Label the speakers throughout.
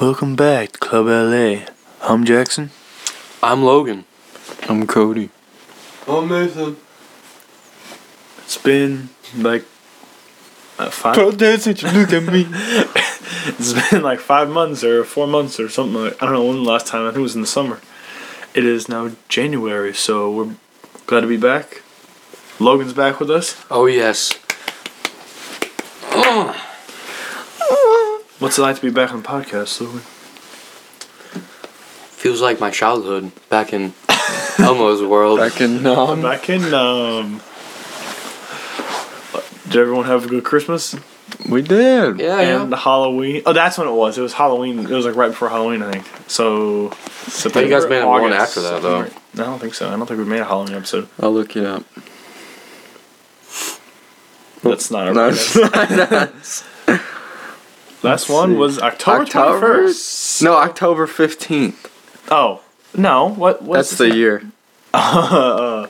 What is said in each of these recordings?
Speaker 1: Welcome back to Club LA. I'm Jackson.
Speaker 2: I'm Logan.
Speaker 3: I'm Cody.
Speaker 4: I'm Nathan.
Speaker 1: It's been like uh, five.
Speaker 3: dance you look at me.
Speaker 1: It's been like five months or four months or something. Like, I don't know when the last time. I think it was in the summer. It is now January, so we're glad to be back. Logan's back with us.
Speaker 2: Oh yes.
Speaker 1: What's it like to be back on the podcast, Logan?
Speaker 2: Feels like my childhood back in Elmo's world.
Speaker 3: Back in um,
Speaker 1: Back in. Um, did everyone have a good Christmas
Speaker 3: we did.
Speaker 2: yeah,
Speaker 1: and
Speaker 2: yeah.
Speaker 1: Halloween? Oh, that's when it was. It was Halloween. It was like right before Halloween, I think. So September.
Speaker 2: you guys made one
Speaker 1: August,
Speaker 2: after that, though.
Speaker 1: September. No, I don't think so. I don't think we made a Halloween episode.
Speaker 3: I'll look it up.
Speaker 1: That's not a
Speaker 3: No,
Speaker 1: that's-
Speaker 3: it's not.
Speaker 1: Last one was October twenty
Speaker 3: October?
Speaker 1: first.
Speaker 3: no, October fifteenth.
Speaker 1: Oh no! What? What's
Speaker 3: That's the year. Wow.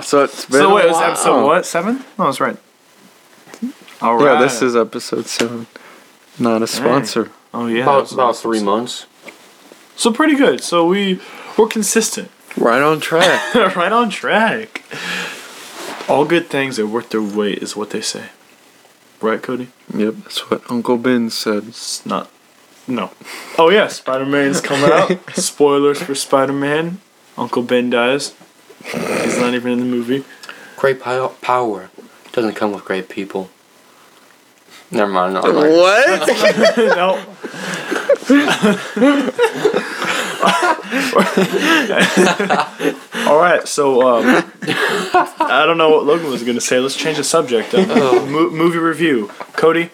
Speaker 3: So it's been.
Speaker 1: So wait,
Speaker 3: a
Speaker 1: it was
Speaker 3: while.
Speaker 1: episode what? Seven? No, that's right. All
Speaker 3: Yeah,
Speaker 1: right.
Speaker 3: this is episode seven. Not a sponsor.
Speaker 1: Oh yeah.
Speaker 2: About, about three months.
Speaker 1: So pretty good. So we we're consistent.
Speaker 3: Right on track.
Speaker 1: right on track. All good things are worth their weight, is what they say. Right, Cody?
Speaker 3: yep, that's what Uncle Ben said.
Speaker 1: It's not. No. Oh yeah, Spider Man's coming out. Spoilers for Spider Man. Uncle Ben dies. He's not even in the movie.
Speaker 2: Great pow- power doesn't come with great people. Never mind. I'm like,
Speaker 3: What?
Speaker 1: no. All right, so um, I don't know what Logan was going to say. Let's change the subject. Uh, mo- movie review. Cody,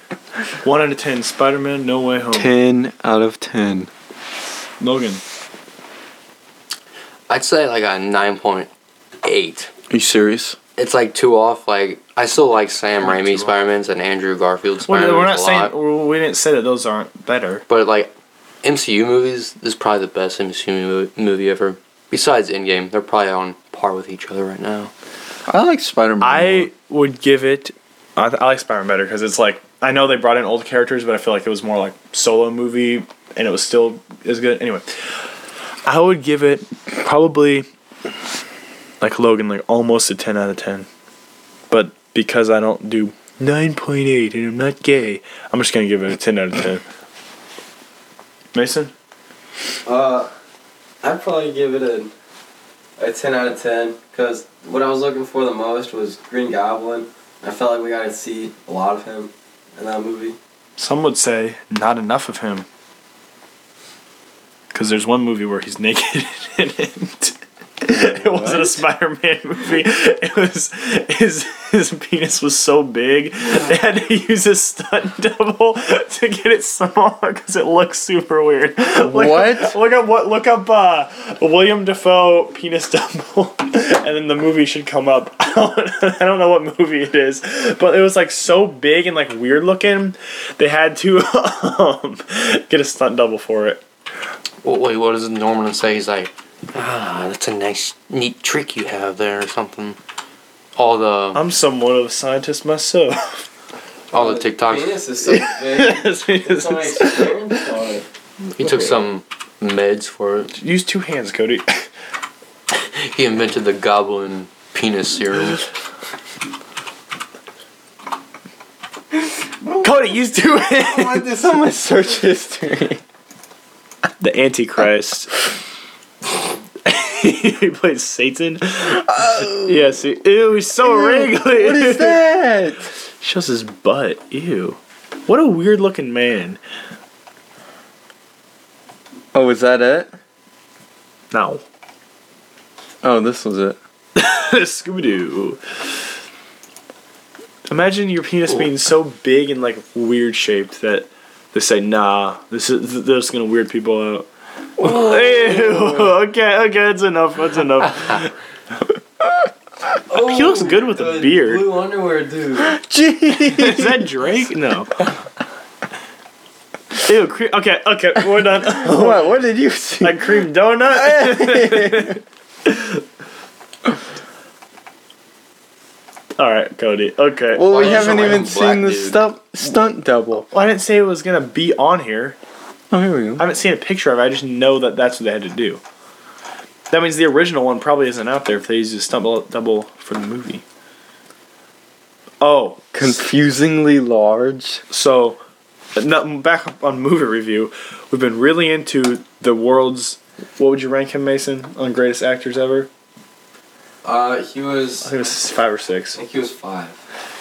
Speaker 1: one out of ten. Spider Man: No Way Home.
Speaker 3: ten out of ten.
Speaker 1: Logan,
Speaker 2: I'd say like a nine point eight.
Speaker 3: Are you serious?
Speaker 2: It's like two off. Like I still like Sam Raimi Spider Mans and Andrew Garfield
Speaker 1: well,
Speaker 2: Spider Mans
Speaker 1: we're not
Speaker 2: a
Speaker 1: saying
Speaker 2: lot.
Speaker 1: we- we didn't say that those aren't better.
Speaker 2: But like MCU movies, this is probably the best MCU mo- movie ever. Besides Endgame, they're probably on par with each other right now.
Speaker 3: I like Spider Man.
Speaker 1: I would give it. I, th- I like Spider Man better because it's like I know they brought in old characters, but I feel like it was more like solo movie, and it was still as good. Anyway, I would give it probably like Logan, like almost a ten out of ten, but because I don't do nine point eight and I'm not gay, I'm just gonna give it a ten out of ten. Mason,
Speaker 4: Uh, I'd probably give it a a ten out of ten because what I was looking for the most was Green Goblin. I felt like we got to see a lot of him in that movie.
Speaker 1: some would say not enough of him. Because there's one movie where he's naked in it. It wasn't a Spider-Man movie. It was his his penis was so big they had to use a stunt double to get it smaller because it looks super weird. Look,
Speaker 3: What?
Speaker 1: Look up what? Look up uh, William Defoe penis double, and then the movie should come up. I don't, I don't know what movie it is, but it was like so big and like weird looking. They had to um, get a stunt double for it.
Speaker 2: Well, wait, what does Norman say? He's like, ah, that's a nice, neat trick you have there, or something. All the
Speaker 1: I'm somewhat of a scientist myself.
Speaker 2: all the TikToks.
Speaker 4: Venus is so big. There's so many
Speaker 1: Use
Speaker 4: strands on it.
Speaker 2: He took some meds for it.
Speaker 1: two hands, Cody.
Speaker 2: He invented the Goblin penis serum.
Speaker 1: Cody, use two hands.
Speaker 3: I did so much search history.
Speaker 1: The Antichrist. he plays Satan. yeah, see, ew, he's so wrinkly.
Speaker 3: Oh. What is that?
Speaker 1: Shows his butt. Ew. What a weird looking man.
Speaker 3: Oh, is that it?
Speaker 1: No.
Speaker 3: Oh, this was it.
Speaker 1: Scooby Doo. Imagine your penis being so big and like weird shaped that they say, "Nah, this is th- this is gonna weird people out." Ew. Okay, okay, that's enough. That's enough. he looks good with a
Speaker 4: The
Speaker 1: beard.
Speaker 4: Blue underwear, dude.
Speaker 3: Gee.
Speaker 1: Is that Drake? No. Ew. Cre- okay, okay, we're done.
Speaker 3: what? What did you see?
Speaker 1: That cream donut. All right, Cody. Okay.
Speaker 3: well,
Speaker 2: Why
Speaker 3: we
Speaker 2: is
Speaker 3: haven't
Speaker 2: it
Speaker 3: even
Speaker 2: black
Speaker 3: seen the
Speaker 2: dude?
Speaker 3: stunt stunt double.
Speaker 1: Well, I didn't say it was gonna be on here.
Speaker 3: Oh, here we
Speaker 1: I
Speaker 3: go.
Speaker 1: haven't seen a picture of it. I just know that that's what they had to do. That means the original one probably isn't out there if they used a stumble double for the movie. Oh,
Speaker 3: Confusingly large.
Speaker 1: so no- back on movie review, we've been really into the world's. What would you rank him, Mason, on greatest actors ever?
Speaker 5: Uh, he was.
Speaker 1: I think it was five or six.
Speaker 5: I think he was five.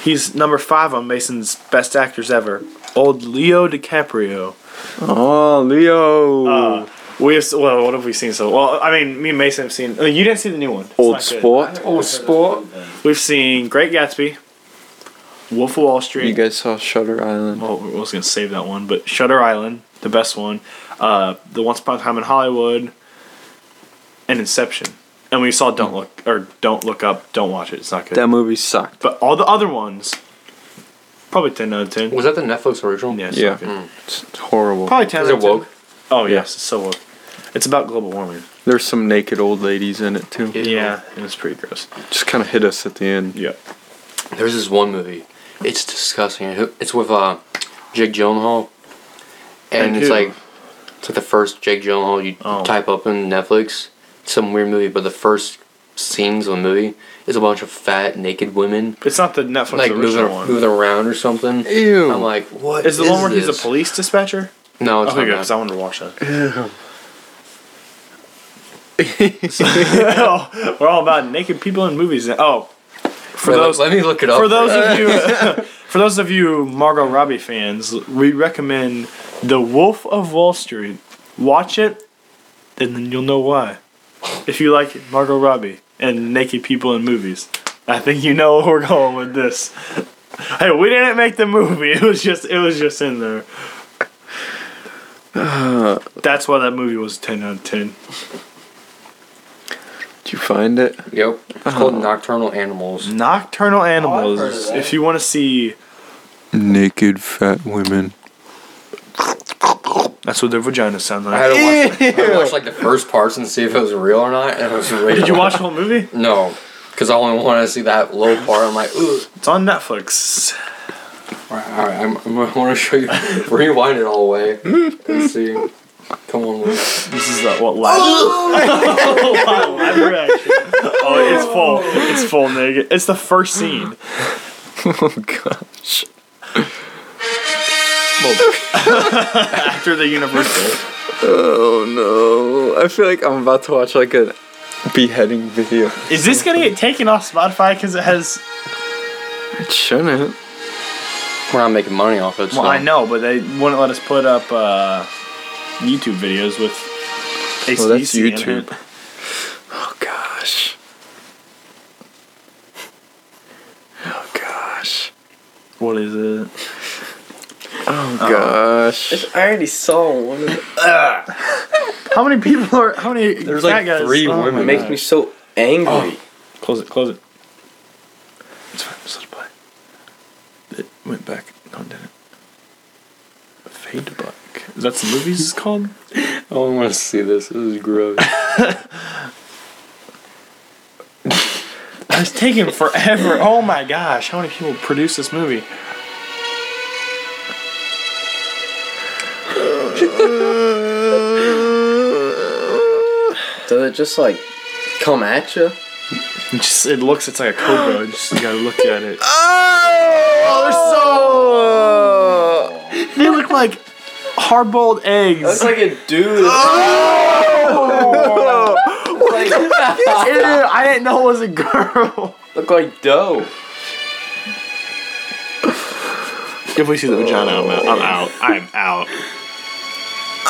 Speaker 1: He's number five on Mason's best actors ever. Old Leo DiCaprio.
Speaker 3: Oh, Leo.
Speaker 1: Uh, we have s- well, what have we seen so? Well, I mean, me and Mason have seen. oh, you didn't see the new one. It's
Speaker 3: Old
Speaker 1: not good.
Speaker 3: sport.
Speaker 2: Oh, sport.
Speaker 1: We've seen Great Gatsby, Wolf of Wall Street.
Speaker 3: You guys saw Shutter Island.
Speaker 1: well, I was gonna save that one, but Shutter Island, the best one. Uh, the Once Upon a Time in Hollywood, and Inception. And we saw Don't Look or Don't Look Up. Don't watch it. It's not good.
Speaker 3: That movie sucked.
Speaker 1: but all the other ones, probably ten out of ten.
Speaker 2: Was that the Netflix original?
Speaker 1: yeah, it's
Speaker 3: Yeah.
Speaker 1: not good.
Speaker 3: It's horrible.
Speaker 1: probably ten.
Speaker 2: Is
Speaker 1: out of
Speaker 2: it woke?
Speaker 1: 10. Oh
Speaker 3: Yeah.
Speaker 1: yes, it's so woke. It's about global warming.
Speaker 3: There's some naked old ladies in it too.
Speaker 2: Yeah.
Speaker 1: Yeah, and it's pretty gross.
Speaker 3: Just kind of hit us at the end.
Speaker 1: Yeah.
Speaker 2: There's this one movie. It's disgusting. It- It's with uh, Jake Gyllenhaal, and,
Speaker 1: And
Speaker 2: it's
Speaker 1: who?
Speaker 2: like it's like the first Jake Gyllenhaal you
Speaker 1: Oh.
Speaker 2: type up in Netflix. It's some weird movie, but the first scenes of the movie is a bunch of fat naked women
Speaker 1: It's not the Netflix
Speaker 2: like moving,
Speaker 1: original one.
Speaker 2: moving around or something.
Speaker 3: Ew.
Speaker 2: I'm like, what
Speaker 1: Is the one where he's
Speaker 2: this?
Speaker 1: a police dispatcher?
Speaker 2: No, it's
Speaker 1: Okay, good,
Speaker 2: not.
Speaker 1: because
Speaker 2: that.
Speaker 1: I wanted to watch that. we're all about naked people in movies. now. Oh, for
Speaker 2: Wait, let-
Speaker 1: those
Speaker 2: let me look it up.
Speaker 1: for those of you for those of you Margot Robbie fans, we recommend The Wolf of Wall Street. Watch it, and then you'll know why. If you like Margot Robbie and naked people in movies, I think you know where we're going with this. Hey, we didn't make the movie. It was just it was just in there. That's why that movie was ten out of ten.
Speaker 3: Did you find it?
Speaker 2: Yep. It's called Nocturnal Animals.
Speaker 1: Nocturnal
Speaker 5: Oh, I've heard
Speaker 1: Animals.
Speaker 5: of that.
Speaker 1: if you want to see,
Speaker 3: Naked fat women.
Speaker 1: that's what their vaginas sound
Speaker 2: I
Speaker 1: like.
Speaker 2: had, to watch, I had to watch like the first parts and see if it was real or not. And it was real.
Speaker 1: Did you watch the whole movie?
Speaker 2: No, because I only wanted to see that low part. I'm like, ooh.
Speaker 1: It's on Netflix.
Speaker 2: All right, all right I'm, I'm, I want to show you. Rewind it all the way and see. Come on, Luke.
Speaker 1: This is uh, what live.
Speaker 2: Oh!
Speaker 1: live reaction. Oh, it's full. It's full, nigga. It's the first scene.
Speaker 3: oh gosh.
Speaker 1: After the Universal.
Speaker 3: Oh no. I feel like I'm about to watch like a beheading video.
Speaker 1: Is this gonna get taken off Spotify because it has?
Speaker 3: It shouldn't.
Speaker 2: We're not making money off it. So.
Speaker 1: Well, I know, but they wouldn't let us put up uh, YouTube videos with. ACDC
Speaker 3: Well, that's
Speaker 1: in it.
Speaker 3: YouTube. Oh gosh. Oh gosh.
Speaker 1: What is it?
Speaker 3: Oh gosh.
Speaker 5: I already saw one. Of them.
Speaker 1: How many people are? How many?
Speaker 2: There's
Speaker 1: fat
Speaker 2: like
Speaker 1: guys?
Speaker 2: three
Speaker 1: my
Speaker 2: women.
Speaker 5: It makes
Speaker 1: God.
Speaker 5: me so angry.
Speaker 1: Close it. Close it. It's fine. Just let it play. It went back. No, it didn't. Fade to black. That's the movies it's called.
Speaker 2: Oh, I want to see this. This is gross.
Speaker 1: It's taking forever. Oh my gosh! How many people produced this movie? Uh,
Speaker 5: Does it just like come at you?
Speaker 1: It just it looks. It's like a cobra. You just gotta look at it.
Speaker 3: Oh, they're so.
Speaker 1: They look like hard-boiled eggs.
Speaker 5: like a dude. like,
Speaker 1: Ew, I didn't know it was a girl.
Speaker 5: look like dough.
Speaker 1: If we see the vagina, I'm out. I'm out. I'm out.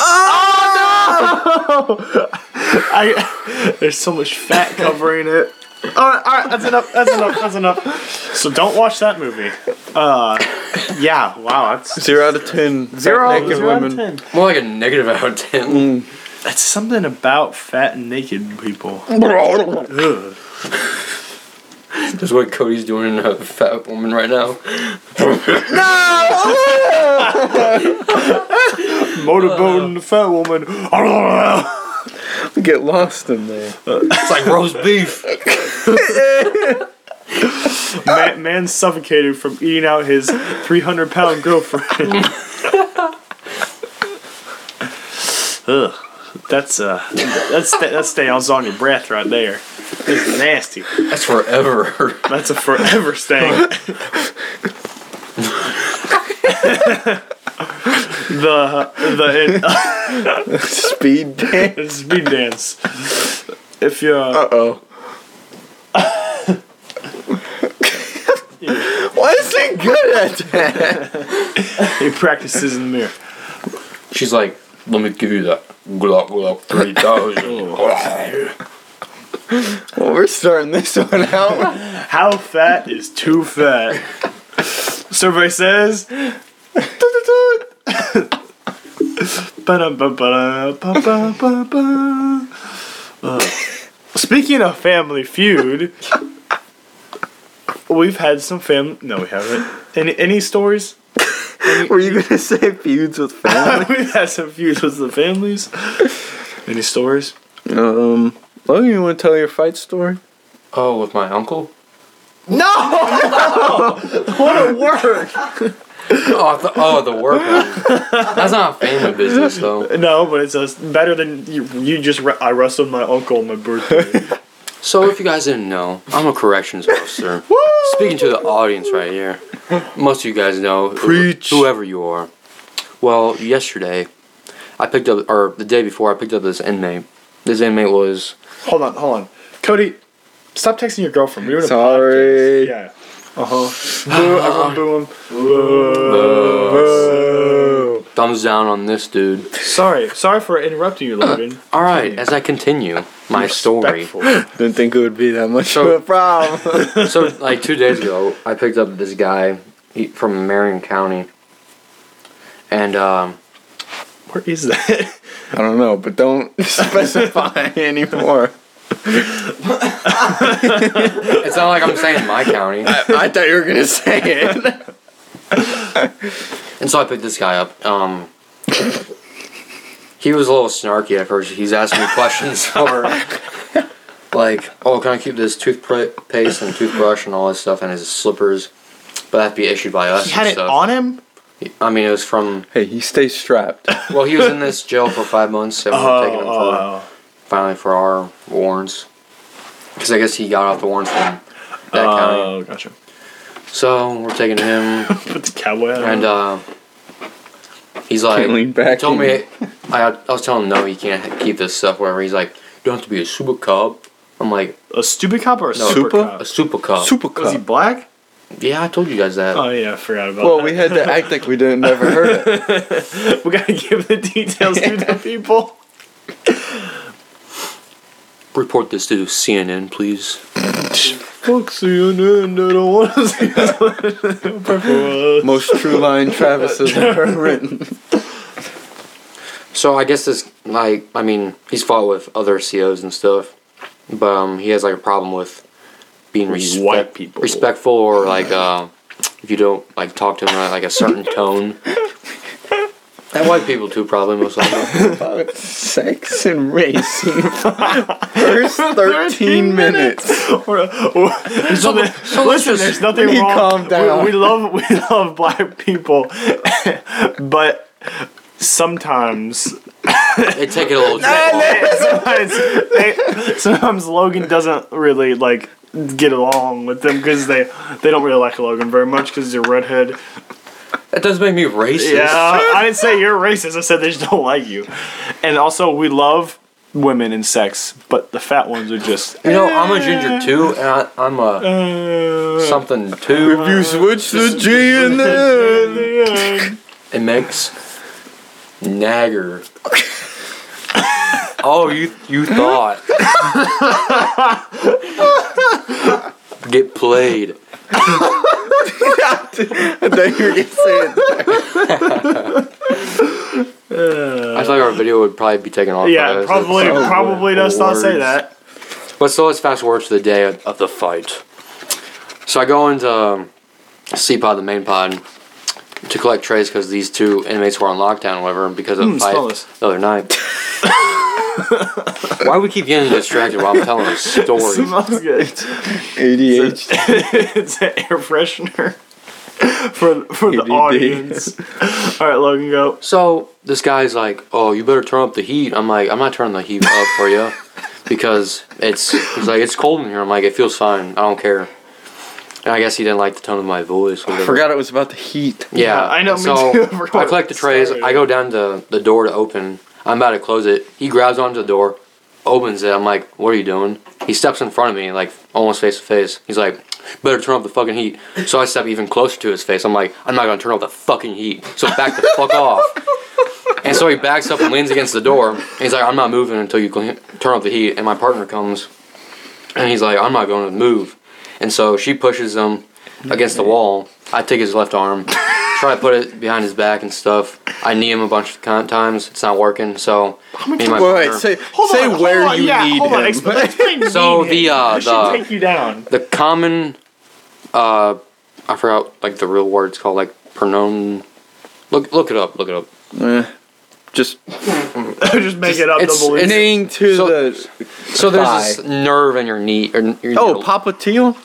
Speaker 1: Oh. I, there's so much fat covering it. All right, all right, that's enough. That's enough. That's enough. So don't watch that movie. Uh, yeah. Wow, that's
Speaker 3: Zero out of ten.
Speaker 1: zero,
Speaker 3: Fat naked
Speaker 1: zero out of
Speaker 3: women.
Speaker 1: ten.
Speaker 2: More like a negative out of ten.
Speaker 3: Mm.
Speaker 1: That's something about fat and naked people. Ugh.
Speaker 2: That's what Cody's doing in a fat woman right now.
Speaker 1: Motorboating the fat woman.
Speaker 3: Get lost in there.
Speaker 1: Uh,
Speaker 2: It's like roast beef.
Speaker 1: Man, man suffocated from eating out his 300 pound girlfriend. Ugh, that's uh, that's that stains on your breath right there. It's nasty.
Speaker 3: That's forever.
Speaker 1: That's a forever stain. the the
Speaker 3: Speed dance.
Speaker 1: it, speed dance. If you uh,
Speaker 3: Uh oh. Why is he good at that?
Speaker 1: he practices in the mirror.
Speaker 2: She's like, let me give you that Glock Glock 3000.
Speaker 3: Well, we're starting this one out.
Speaker 1: How fat is too fat? Survey says. Ba-dum-ba-ba-da-ba-ba-ba-ba. Ugh. Speaking of Family Feud, we've had some fam. No, we haven't. Any any stories?
Speaker 3: Were you gonna say feuds with family?
Speaker 1: we've had some feuds with the families. Any stories?
Speaker 3: um, Logan, you want to tell your fight story?
Speaker 2: oh, with my uncle?
Speaker 3: No.
Speaker 1: What a work!
Speaker 2: Oh, the, oh, the work. one. That's not family business, though.
Speaker 1: No, but it's uh, better than you. You just ru- I wrestled my uncle on my birthday.
Speaker 2: So, if you guys didn't know, I'm a corrections officer. Speaking to the audience right here, most of you guys know who-
Speaker 3: Preach.
Speaker 2: whoever you are. Well, yesterday, I picked up, or the day before, I picked up this inmate. This inmate was
Speaker 1: Hold on, hold on. Cody, stop texting your girlfriend. We're doing a podcast.
Speaker 3: Sorry.
Speaker 1: Yeah. Uh huh. Boo, everyone boo him. Boo.
Speaker 2: thumbs down on this dude.
Speaker 1: Sorry. Sorry for interrupting you, Logan.
Speaker 2: All right, as I continue my story.
Speaker 1: Respectful.
Speaker 3: Didn't think it would be that much
Speaker 2: So-
Speaker 3: of a problem.
Speaker 2: so like two days ago, I picked up this guy he, from Marion County, and um,
Speaker 1: Where is that?
Speaker 3: I don't know, but don't specify anymore.
Speaker 2: it's not like I'm saying my county.
Speaker 3: I thought you were gonna say it.
Speaker 2: And so I picked this guy up. Um, he was a little snarky at first. He's asking me questions for like, oh, can I keep this toothpaste and toothbrush and all this stuff and his slippers? But that'd be issued by us.
Speaker 1: He had it
Speaker 2: and stuff.
Speaker 1: on him?
Speaker 2: I mean, it was from.
Speaker 3: Hey, he stays strapped.
Speaker 2: Well, he was in this jail for five months. And we were taking him for
Speaker 1: Oh,
Speaker 2: finally for our warrants. Because I guess he got off the warrants from that
Speaker 1: oh.
Speaker 2: county.
Speaker 1: Oh, gotcha.
Speaker 2: So we're taking him,
Speaker 1: Put the cowboy hat on.
Speaker 2: and uh, he's like,
Speaker 3: Can't lean back
Speaker 2: he told
Speaker 3: in.
Speaker 2: me, I, I was telling him, no, you can't keep this stuff, whatever. He's like, you don't have to be a super cop. I'm like,
Speaker 1: a stupid cop or a
Speaker 2: No.
Speaker 1: super
Speaker 3: Super?
Speaker 1: cop?
Speaker 2: a super cop?
Speaker 3: Super
Speaker 1: Was he
Speaker 3: cup.
Speaker 1: black?
Speaker 2: yeah, I told you guys that.
Speaker 1: Oh, yeah, I forgot about
Speaker 3: Well,
Speaker 1: that.
Speaker 3: we had to act like we didn't never heard it.
Speaker 1: we gotta give the details to the people.
Speaker 2: Report this to CNN, please.
Speaker 1: Fuck CNN, I don't want to see uh, this.
Speaker 3: Most true line Travis has ever written.
Speaker 2: So I guess this, like, I mean, he's fought with other COs and stuff, but um, he has like a problem with being respect-
Speaker 1: White people.
Speaker 2: respectful or like uh, if you don't like talk to him at like a certain tone. And white people too, probably most likely.
Speaker 3: About sex and race in the first 13 minutes.
Speaker 1: Or, or, there's
Speaker 2: So-
Speaker 1: nothing-
Speaker 2: so let's
Speaker 1: listen,
Speaker 2: just-
Speaker 1: there's nothing
Speaker 3: we need
Speaker 1: wrong.
Speaker 3: calm
Speaker 1: We-
Speaker 3: down.
Speaker 1: We, love we love black people, but sometimes
Speaker 2: They take it a little too far.
Speaker 1: sometimes, they- sometimes Logan doesn't really like get along with them because they they don't really like Logan very much because he's a redhead.
Speaker 2: That does make me racist.
Speaker 1: Yeah, I didn't say you're racist. I said they just don't like you. And also, we love women and sex, but the fat ones are just.
Speaker 2: You know, I'm a ginger too, and I, I'm a
Speaker 1: Uh,
Speaker 2: something too.
Speaker 3: If you switch the G and the N.
Speaker 2: It makes nagger. oh, you you thought. Get played.
Speaker 3: I thought you were gonna say it.
Speaker 2: I thought our video would probably be taken off. by
Speaker 1: yeah,
Speaker 2: this.
Speaker 1: probably
Speaker 3: so
Speaker 1: probably does not say
Speaker 2: words.
Speaker 1: that.
Speaker 2: But so let's fast forward to the day of, of the fight. So I go into um, C pod, the main pod, to collect trays because these two inmates were on lockdown, or whatever, because of
Speaker 1: Mm,
Speaker 2: the fight
Speaker 1: smell this.
Speaker 2: the other night. Why we keep getting distracted while I'm telling a story?
Speaker 1: Smells good.
Speaker 3: ADHD.
Speaker 1: it's an air freshener. for for the
Speaker 6: PDD.
Speaker 1: audience. All right, Logan, go.
Speaker 2: So this guy's like, "Oh, you better turn up the heat." I'm like, "I'm not turning the heat up for you, because it's." He's like, "It's cold in here." I'm like, "It feels fine. I don't care." And I guess he didn't like the tone of my voice.
Speaker 6: I
Speaker 2: or whatever.
Speaker 6: forgot it was about the heat.
Speaker 2: Yeah,
Speaker 1: Yeah, I know, me
Speaker 2: So
Speaker 1: too. I forgot
Speaker 2: I collect the trays.
Speaker 1: started.
Speaker 2: I go down to the door to open. I'm about to close it. He grabs onto the door, opens it. I'm like, "What are you doing?" He steps in front of me, like almost face to face. He's like, "Better turn up the fucking heat." So I step even closer to his face. I'm like, "I'm not gonna turn up the fucking heat." So back the fuck off. And so he backs up and leans against the door. And he's like, "I'm not moving until you clean, turn up the heat." And my partner comes, and he's like, "I'm not going to move." And so she pushes him against the wall. I take his left arm, try to put it behind his back and stuff. I knee him a bunch of con- times. It's not working. So me and my
Speaker 6: Wait, wait,
Speaker 2: partner-
Speaker 6: say, say where you need him.
Speaker 1: Explain, explain
Speaker 2: So
Speaker 1: need him.
Speaker 2: the, uh,
Speaker 1: I should
Speaker 2: the-
Speaker 1: take you down.
Speaker 2: the common, uh, I forgot like the real word. It's called like pronoun. Look, look it up. Look it up.
Speaker 6: Eh, just
Speaker 1: Just make it up.
Speaker 2: it's-
Speaker 1: Double
Speaker 2: it's-
Speaker 1: it.
Speaker 6: pinning to
Speaker 2: So-
Speaker 6: the.
Speaker 2: So there's this nerve in your knee. Or n- your
Speaker 6: Oh,
Speaker 2: your-
Speaker 6: Papa Teal?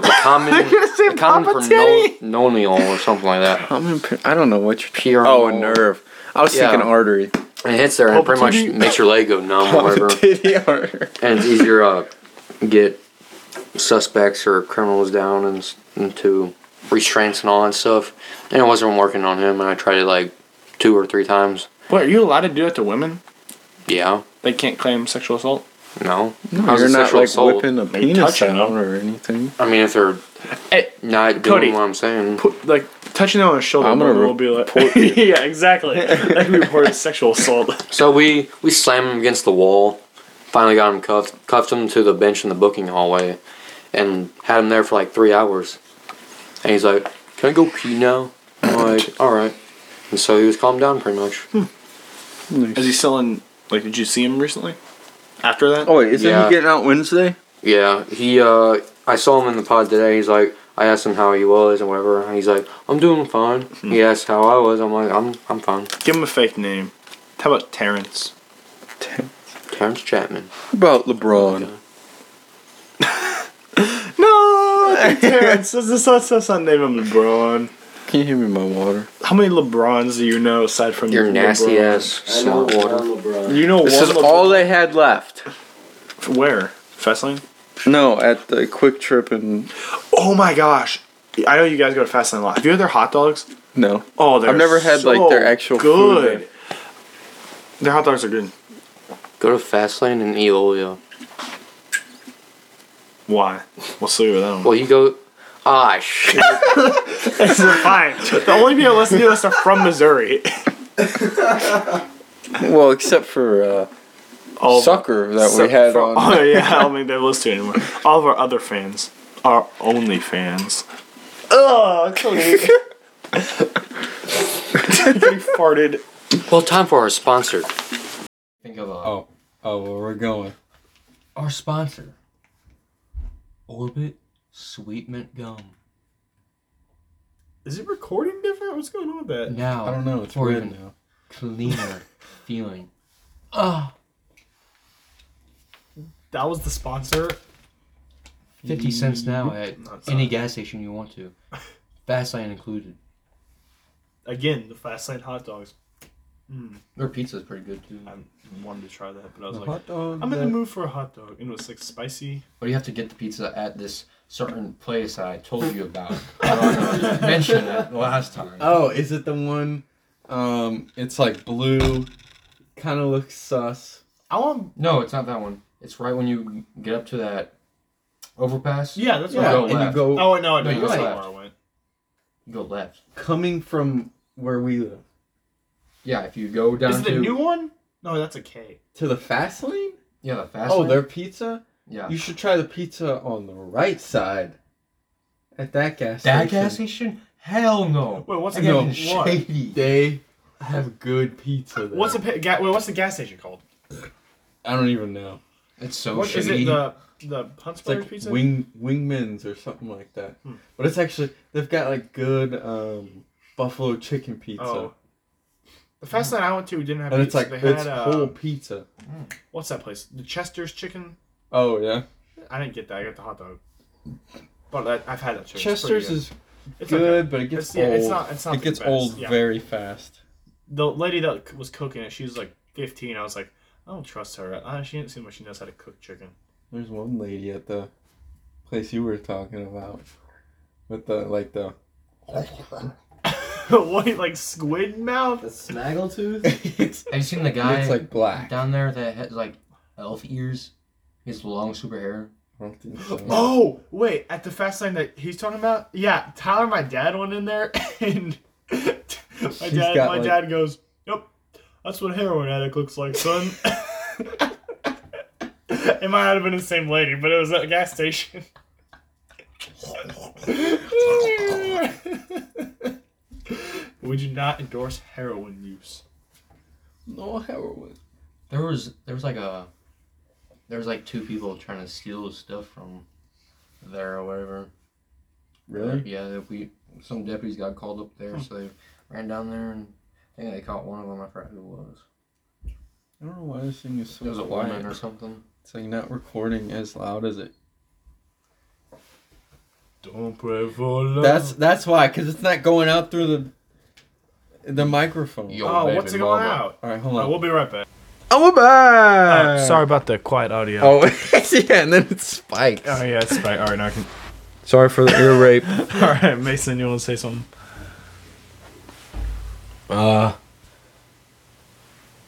Speaker 2: the common.
Speaker 1: say
Speaker 2: the common
Speaker 1: Papa Teddy.
Speaker 2: pronominal or something like that.
Speaker 6: I'm in, I don't know what you're.
Speaker 2: Pure.
Speaker 6: Oh, a nerve. I was
Speaker 2: Yeah.
Speaker 6: thinking artery.
Speaker 2: And it hits there and it
Speaker 1: Papa
Speaker 2: pretty much
Speaker 1: Teddy.
Speaker 2: makes your leg go numb or whatever.
Speaker 6: Titty artery.
Speaker 2: and it's easier to get suspects or criminals down and s- into restraints and all that stuff. And it wasn't working on him, and I tried it like two or three times.
Speaker 1: Wait, are you allowed to do that to women?
Speaker 2: Yeah,
Speaker 1: They can't claim sexual assault.
Speaker 2: no,
Speaker 6: No,
Speaker 2: How's
Speaker 6: you're
Speaker 2: it
Speaker 6: not
Speaker 2: sexual
Speaker 6: like
Speaker 2: assault?
Speaker 6: whipping a
Speaker 1: You're
Speaker 6: penis
Speaker 1: touching
Speaker 6: out
Speaker 1: them.
Speaker 6: or anything.
Speaker 2: I mean, if they're not doing
Speaker 1: Cody.
Speaker 2: what I'm saying,
Speaker 1: Put, like touching them on the shoulder,
Speaker 6: I'm
Speaker 1: I'm
Speaker 6: gonna
Speaker 1: gonna will be like,
Speaker 6: report you.
Speaker 1: yeah, exactly. Like we reported sexual assault.
Speaker 2: so we we slammed him against the wall. Finally got him cuffed, cuffed him to the bench in the booking hallway, and had him there for like three hours. And he's like, "Can I go pee now?" I'm like, "All right." And so he was calmed down pretty much.
Speaker 7: Hmm.
Speaker 1: Is he still in? Like, did you see him recently? After that?
Speaker 6: Oh wait, isn't
Speaker 2: Yeah.
Speaker 6: he getting out Wednesday?
Speaker 2: Yeah, he. Uh, I saw him in the pod today. He's like, I asked him how he was and whatever. and He's like, I'm doing fine.
Speaker 7: Hmm.
Speaker 2: He asked how I was. I'm like, I'm I'm fine.
Speaker 1: Give him a fake name. How about Terrence?
Speaker 2: Terrence Chapman.
Speaker 6: What about LeBron?
Speaker 1: No, Terrence. That's, that's, that's, that's not name him LeBron.
Speaker 6: Can you hand me my water?
Speaker 1: How many LeBrons do you know aside from
Speaker 2: Your nasty
Speaker 1: LeBron?
Speaker 2: ass
Speaker 7: I know
Speaker 2: smart water.
Speaker 7: John LeBron.
Speaker 1: You know
Speaker 6: This
Speaker 1: one
Speaker 6: is
Speaker 1: LeBron-
Speaker 6: all they had left.
Speaker 1: Where? Fastlane?
Speaker 6: No, at the Quick Trip and
Speaker 1: Oh my gosh! I know you guys go to Fastlane a lot. Have you had their hot dogs?
Speaker 6: no.
Speaker 1: Oh, they're
Speaker 6: I've never had, like,
Speaker 1: so
Speaker 6: their actual food.
Speaker 1: good. Their hot dogs are good.
Speaker 2: Go to Fastlane and Eolia.
Speaker 1: Why? What's the good with them?
Speaker 2: Well, you go. Ah shit.
Speaker 1: It's fine. The only people listening to this are from Missouri.
Speaker 6: Well, except for uh,
Speaker 1: All
Speaker 6: Sucker that
Speaker 1: so-
Speaker 6: we had
Speaker 1: from-
Speaker 6: on.
Speaker 1: Oh yeah, I don't think they listen to it anymore. All of our other fans are only fans. Ugh, Cody. Cody farted.
Speaker 2: well, time for our sponsor.
Speaker 3: Think of Oh, oh, well, we're going.
Speaker 2: Our sponsor. Orbit Sweet Mint Gum.
Speaker 1: Is it recording different? What's going on with that?
Speaker 2: Now.
Speaker 3: I don't know. It's
Speaker 2: or
Speaker 3: weird
Speaker 2: even
Speaker 3: now.
Speaker 2: Cleaner feeling.
Speaker 1: That was the sponsor.
Speaker 2: 50 cents now at
Speaker 1: That's
Speaker 2: any
Speaker 1: not-
Speaker 2: gas station you want to. Fastlane included.
Speaker 1: Again, the fast lane hot dogs.
Speaker 2: Their pizza's pretty good too.
Speaker 1: I wanted to try that, but I was like,
Speaker 3: Hot dog.
Speaker 1: I'm in the
Speaker 3: that-
Speaker 1: mood for a hot dog, and it was like spicy.
Speaker 2: But you have to get the pizza at this certain place I told you about. I mentioned that last time.
Speaker 3: Oh, is it the one? Um, it's like blue, kind of looks sus.
Speaker 1: I want.
Speaker 2: No, it's not that one. It's right when you get up to that overpass.
Speaker 1: Yeah, that's what
Speaker 3: Yeah,
Speaker 1: I
Speaker 2: go
Speaker 3: and
Speaker 2: left.
Speaker 3: you go
Speaker 1: Oh no, I
Speaker 2: No,
Speaker 1: didn't.
Speaker 2: you
Speaker 1: That's
Speaker 2: left.
Speaker 1: not where I went.
Speaker 2: You go left.
Speaker 3: coming from where we live
Speaker 2: Yeah, if you go down
Speaker 1: Is it
Speaker 2: to
Speaker 1: a new one? No, that's a K.
Speaker 3: to the fast lane.
Speaker 2: yeah the fast.
Speaker 3: Oh,
Speaker 2: lane.
Speaker 3: their pizza.
Speaker 2: yeah.
Speaker 3: You should try the pizza on the right side. At that gas
Speaker 2: that
Speaker 3: station.
Speaker 2: gas station? Hell no.
Speaker 1: Wait, what's
Speaker 2: That
Speaker 1: a
Speaker 3: No,
Speaker 2: gas is
Speaker 1: what?
Speaker 2: shady.
Speaker 3: They have good pizza there.
Speaker 1: What's the pa- ga- wait, What's the gas station called?
Speaker 3: I don't even know.
Speaker 2: It's so
Speaker 1: What is
Speaker 2: shady.
Speaker 1: it? The the Hunt's
Speaker 3: It's like
Speaker 1: Pizza.
Speaker 3: wing wingmans or something like that. But it's actually they've got like good um, buffalo chicken pizza,
Speaker 1: Oh. The fast lane I went to didn't have
Speaker 3: and it's
Speaker 1: pizza.
Speaker 3: like
Speaker 1: they
Speaker 3: it's
Speaker 1: had uh,
Speaker 3: whole pizza.
Speaker 1: what's that place? The Chester's Chicken.
Speaker 3: Oh yeah,
Speaker 1: I didn't get that. I got the hot dog. But I, I've had that. too. It's pretty
Speaker 3: Chester's
Speaker 1: good.
Speaker 3: is
Speaker 1: It's
Speaker 3: good,
Speaker 1: okay.
Speaker 3: but it gets
Speaker 1: It's-
Speaker 3: old.
Speaker 1: yeah, it's not- it's not
Speaker 3: it
Speaker 1: the
Speaker 3: gets
Speaker 1: best,
Speaker 3: old
Speaker 1: yeah.
Speaker 3: very fast.
Speaker 1: The lady that c- was cooking it, she was like 15. I was like, I don't trust her. Uh, she didn't seem like she knows how to cook chicken.
Speaker 3: There's one lady at the place you were talking about with the like the
Speaker 1: what, like squid mouth?
Speaker 8: The snaggle tooth?
Speaker 3: it's,
Speaker 2: Have you seen the guy
Speaker 3: it's like black.
Speaker 2: down there that has like elf ears? He has long super hair.
Speaker 3: I don't think so.
Speaker 1: Oh, wait, at the fast lane that he's talking about? Yeah, Tyler, my dad, went in there and my dad,
Speaker 3: got,
Speaker 1: my
Speaker 3: like-
Speaker 1: dad goes, Yep, that's what a heroin addict looks like, son. it might not have been the same lady, but it was at a gas station. Would you not endorse heroin use?
Speaker 3: no heroin.
Speaker 2: There was there was like a there was like two people trying to steal his stuff from there or whatever.
Speaker 3: Really?
Speaker 2: Yeah, that we some deputies got called up there, so they ran down there and I think they caught one of them. I forgot who it was.
Speaker 3: I don't know why this thing is so
Speaker 2: It was a woman or
Speaker 3: quiet.
Speaker 2: something.
Speaker 3: It's like not recording as loud as it.
Speaker 1: Don't pray for love.
Speaker 3: That's that's why, cause it's not going out through the the microphone.
Speaker 2: Yo.
Speaker 1: oh,
Speaker 2: baby
Speaker 1: what's it
Speaker 2: mama.
Speaker 1: going out?
Speaker 3: All right, hold
Speaker 1: Oh,
Speaker 3: on.
Speaker 1: we'll be right back.
Speaker 9: Oh, we're back.
Speaker 1: Uh, sorry about the quiet audio.
Speaker 9: Oh, yeah, and then it spikes.
Speaker 1: Oh yeah, it's right. All right, now I can.
Speaker 9: Sorry for the ear rape.
Speaker 1: All right, Mason, you want to say something?
Speaker 8: Uh,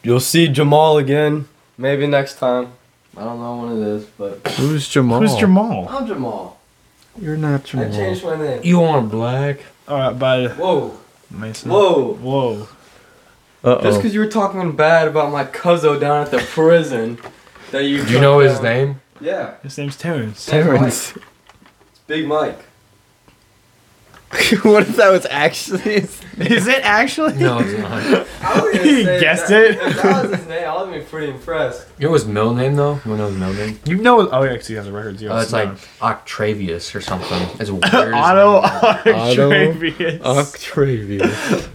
Speaker 8: you'll see Jamal again. Maybe next time. I don't know when it is, but
Speaker 9: Who's Jamal?
Speaker 1: Who's Jamal?
Speaker 8: I'm Jamal.
Speaker 9: You're not
Speaker 8: I
Speaker 9: Jamal.
Speaker 8: changed my name.
Speaker 2: You want black?
Speaker 1: All right, bye,
Speaker 8: Whoa,
Speaker 1: Mason.
Speaker 8: whoa!
Speaker 1: Whoa.
Speaker 8: Just
Speaker 9: Uh-oh.
Speaker 8: because you were talking bad about my cuzzo down at the prison, that you.
Speaker 2: Do you know his name?
Speaker 8: Yeah,
Speaker 1: His name's Terrence.
Speaker 9: Terrence.
Speaker 8: it's Big Mike.
Speaker 9: what if that was actually his
Speaker 1: Is it actually?
Speaker 2: No, it's not.
Speaker 8: I was gonna
Speaker 1: He
Speaker 8: say
Speaker 1: guessed
Speaker 8: that,
Speaker 1: it.
Speaker 8: If that was his name, I would have been pretty impressed.
Speaker 2: You know his middle name though? You know his middle name?
Speaker 1: You know? Oh yeah, because he has a record deal.
Speaker 2: Uh, it's like Octavius or something. It's weird. as
Speaker 1: Otto
Speaker 2: name.
Speaker 1: Octavius.
Speaker 9: Octavius?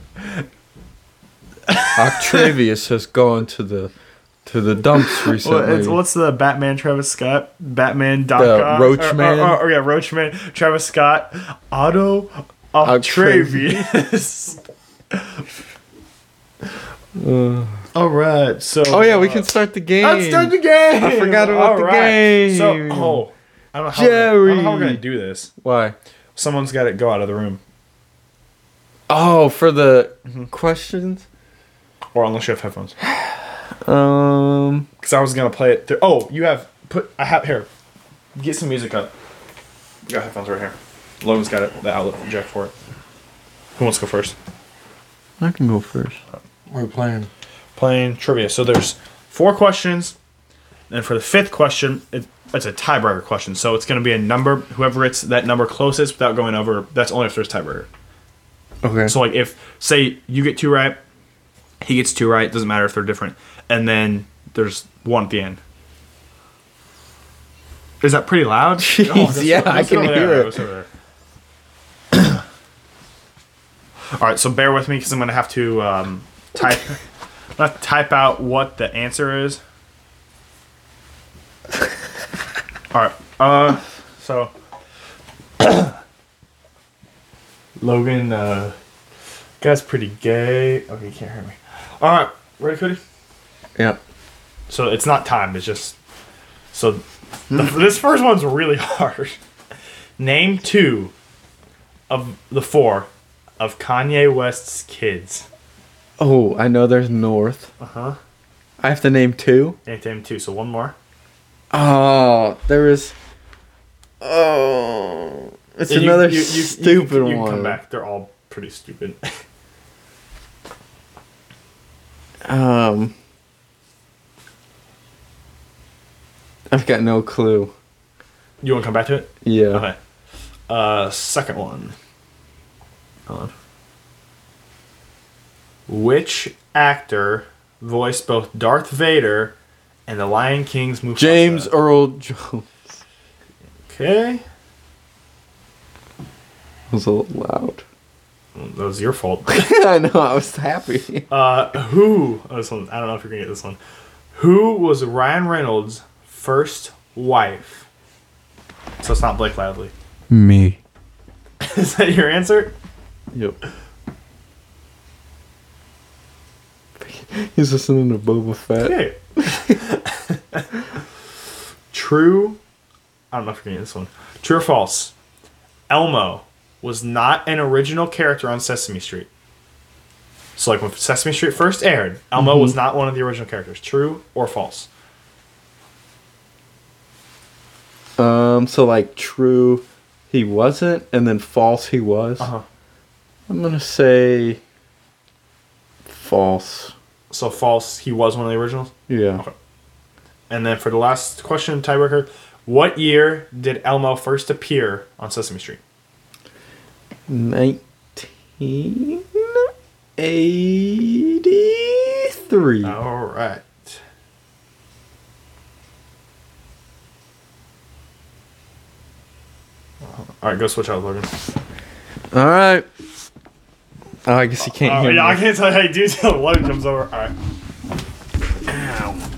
Speaker 9: Octavius has gone to the to the dumps
Speaker 1: Well,
Speaker 9: recently.
Speaker 1: it's, what's the Batman Travis Scott? Batman dot
Speaker 9: The
Speaker 1: com?
Speaker 9: Roachman.
Speaker 1: Or, or, or, yeah, Roachman. Travis Scott. Otto Octavius. All right, so.
Speaker 9: oh yeah, we can start the game.
Speaker 1: Let's start the game.
Speaker 9: I forgot about the game.
Speaker 1: So, oh, I don't know how, We're, gonna- I don't know how we're
Speaker 9: Jerry.
Speaker 1: gonna do this.
Speaker 9: Why?
Speaker 1: Someone's got to go out of the room,
Speaker 9: Oh, for the questions.
Speaker 1: or unless you have headphones.
Speaker 9: Um.
Speaker 1: Because I was gonna play it. Through. Oh, you have put. I have here. Get some music up. Got headphones right here. Logan's got it. The outlet jack for it. Who wants to go first?
Speaker 9: I can go first.
Speaker 2: We're playing.
Speaker 1: Playing trivia. So there's four questions, and for the fifth question, it, it's a tiebreaker question. So it's gonna be a number. Whoever it's that number closest without going over. That's only if there's tiebreaker.
Speaker 9: Okay.
Speaker 1: So like if say you get two right, he gets two right, doesn't matter if they're different. And then there's one at the end. Is that pretty loud? Oh,
Speaker 9: Jeez,
Speaker 1: that's-
Speaker 9: yeah, I
Speaker 1: that's
Speaker 9: can
Speaker 1: over there.
Speaker 9: hear it.
Speaker 1: That's over there. All right, so bear with me because I'm gonna have to um, type. I'm gonna have to type out what the answer is. All right, uh, so Logan, uh, guy's pretty gay. Okay, you can't hear me. All right, ready, Cody?
Speaker 9: yeah.
Speaker 1: So it's not timed. It's just so.
Speaker 9: Hmm.
Speaker 1: The, this first one's really hard. Name two of the four of Kanye West's kids.
Speaker 9: Oh, I know there's North.
Speaker 1: Uh huh.
Speaker 9: I have to name two.
Speaker 1: Name name two. So one more.
Speaker 9: Oh, there is. Oh, it's
Speaker 1: You-
Speaker 9: another
Speaker 1: you- you- you-
Speaker 9: stupid
Speaker 1: you, can
Speaker 9: one.
Speaker 1: Come back. They're all pretty stupid.
Speaker 9: Um, I've got no clue.
Speaker 1: you want to come back to it?
Speaker 9: Yeah.
Speaker 1: Okay. Uh, second one. Hold on. Which actor voiced both Darth Vader and the Lion King's Mufasa?
Speaker 9: James Earl Jones
Speaker 1: Okay.
Speaker 9: That was a little loud.
Speaker 1: That was your fault.
Speaker 9: I know. I was happy.
Speaker 1: Uh, who? oh, this one, I don't know if you're gonna get this one. Who was Ryan Reynolds' first wife? So it's not Blake Lively.
Speaker 9: Me.
Speaker 1: Is that your answer?
Speaker 3: Yep. He's listening to Boba Fett.
Speaker 1: Okay. True. I don't know if you're getting this one. True or false? Elmo was not an original character on Sesame Street. So, like when Sesame Street first aired, Elmo was not one of the original characters. True or false?
Speaker 3: Um, so like true, he wasn't, and then false, he was.
Speaker 1: Uh-huh.
Speaker 3: I'm gonna say false.
Speaker 1: So false. He was one of the originals.
Speaker 3: Yeah.
Speaker 1: Okay. And then for the last question, tiebreaker: What year did Elmo first appear on Sesame Street?
Speaker 3: 1983.
Speaker 1: All right. All right, go switch out, Logan.
Speaker 3: All right. Oh, I guess you can't
Speaker 1: Oh,
Speaker 3: hear
Speaker 1: yeah, I
Speaker 3: me.
Speaker 1: can't tell how you do till Logan jumps over. All right.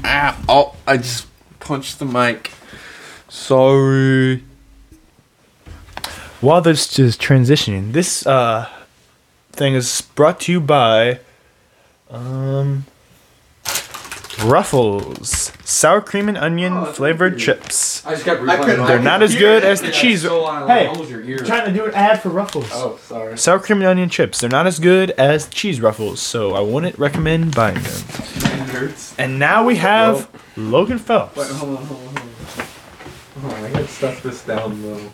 Speaker 9: Ow. Oh, I just punched the mic.
Speaker 3: Sorry.
Speaker 10: While this is transitioning, this uh, thing is brought to you by um, Ruffles sour cream and onion
Speaker 2: Oh, that's
Speaker 10: flavored
Speaker 2: weird.
Speaker 10: chips.
Speaker 2: I just kept
Speaker 8: I couldn't-
Speaker 2: replaying.
Speaker 10: They're not as good as the cheese.
Speaker 8: uh,
Speaker 10: Hey,
Speaker 2: your ear.
Speaker 1: Trying to do an ad for Ruffles.
Speaker 8: Oh, sorry.
Speaker 10: Sour cream and onion chips. They're not as good as cheese ruffles, so I wouldn't recommend buying them.
Speaker 8: hurts.
Speaker 10: And now we have Logan Phelps.
Speaker 8: Wait, hold on, hold on, hold on. Hold on, I gotta stuff this down low.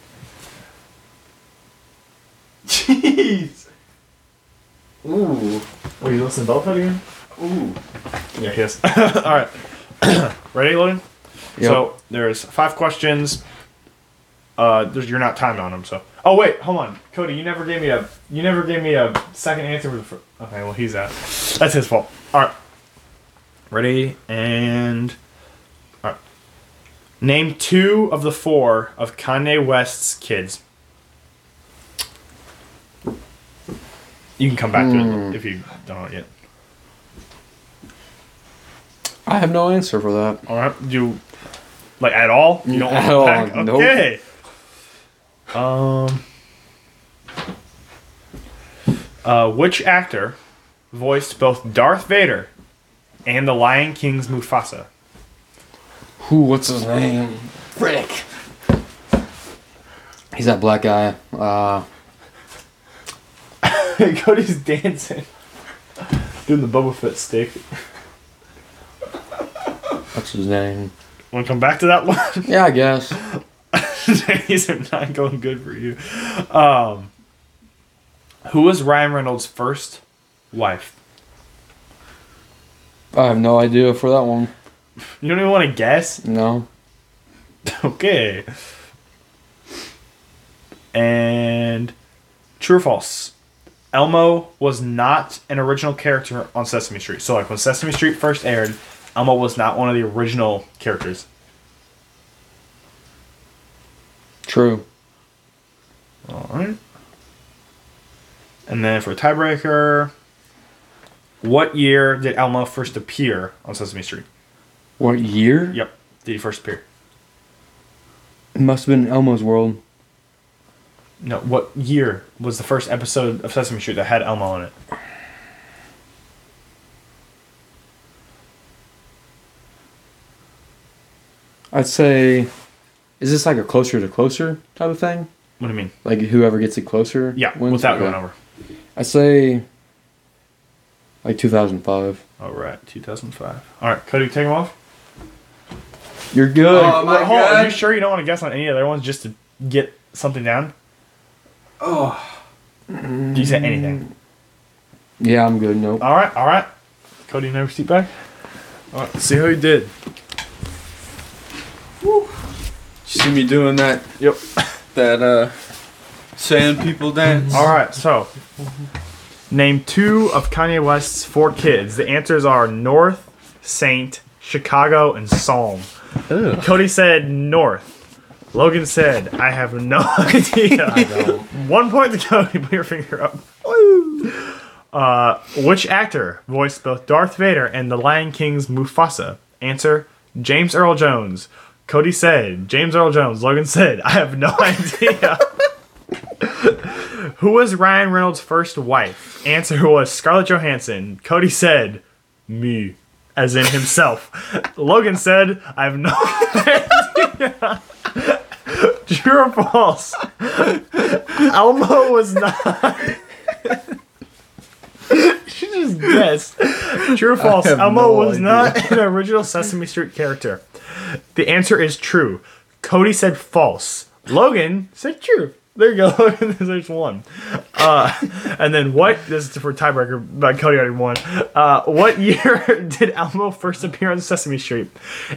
Speaker 8: Jeez. Ooh.
Speaker 1: Were you listening to Bellfed again?
Speaker 8: Ooh.
Speaker 1: Yeah, yes. All right. Ready, Logan?
Speaker 3: Yep.
Speaker 1: So there's five questions. Uh, there's, you're not timed on them, so. Oh wait, hold on, Cody. You never gave me a. You never gave me a second answer. With the fir- okay, well he's out. That's his fault. All right. Ready and. All right. Name two of the four of Kanye West's kids. You can come back to it if you don't know it yet.
Speaker 9: I have no answer for that.
Speaker 1: All right, you like at all? You don't want
Speaker 9: At
Speaker 1: to
Speaker 9: all,
Speaker 1: pack?
Speaker 9: nope.
Speaker 1: Okay. Um. Uh, which actor voiced both Darth Vader and the Lion King's Mufasa?
Speaker 9: Who? What's his name? Rick.
Speaker 2: He's that black guy. Uh,
Speaker 1: Cody's dancing, doing the Boba Fett stick.
Speaker 2: what's his name?
Speaker 1: Want to come back to that one?
Speaker 2: Yeah, I guess.
Speaker 1: These are not going good for you. Um, who was Ryan Reynolds' first wife?
Speaker 2: I have no idea for that one.
Speaker 1: You don't even want to guess.
Speaker 2: No.
Speaker 1: Okay. And true or false? Elmo was not an original character on Sesame Street. So, like when Sesame Street first aired, Elmo was not one of the original characters.
Speaker 2: True.
Speaker 1: All right. And then for tiebreaker, what year did Elmo first appear on Sesame Street?
Speaker 2: What year?
Speaker 1: Yep, did he first appear?
Speaker 2: It must have been Elmo's World.
Speaker 1: No, what year was the first episode of Sesame Street that had Elmo in it?
Speaker 2: I'd say. Is this like a closer to closer type of thing?
Speaker 1: What do you mean?
Speaker 2: Like whoever gets it closer?
Speaker 1: Yeah,
Speaker 2: wins?
Speaker 1: without
Speaker 2: Okay.
Speaker 1: going over.
Speaker 2: I'd say. Like 2005.
Speaker 1: All Oh, right, 2005. All right, Cody, take them off.
Speaker 2: You're good.
Speaker 8: Oh my
Speaker 1: Wait, hold on, Are you
Speaker 8: god.
Speaker 1: sure you don't want to guess on any other ones just to get something down?
Speaker 8: Oh.
Speaker 1: Do you say anything?
Speaker 2: yeah, I'm good. Nope.
Speaker 1: All right, all right. Cody, never seat back. All right, see how you did.
Speaker 9: You see me doing that?
Speaker 1: Yep.
Speaker 9: That uh, sand people dance.
Speaker 1: All right, so name two of Kanye West's four kids. The answers are North, Saint, Chicago, and Psalm. Cody said North. Logan said, I have no idea. One point to Cody, put your finger up. Uh, which actor voiced both Darth Vader and the Lion King's Mufasa? Answer James Earl Jones. Cody said, James Earl Jones. Logan said, I have no idea. Who was Ryan Reynolds' first wife? Answer was Scarlett Johansson. Cody said, me, as in himself. Logan said, I have no idea." True or false? Elmo was not. she just guessed. True or false?
Speaker 3: have
Speaker 1: Elmo
Speaker 3: no
Speaker 1: was
Speaker 3: idea.
Speaker 1: not an original Sesame Street character. The answer is true. Cody said false. Logan said true. There you go. Logan, There's one. Uh, and then what? This is for tiebreaker, but Cody already won. Uh, what year did Elmo first appear on Sesame Street?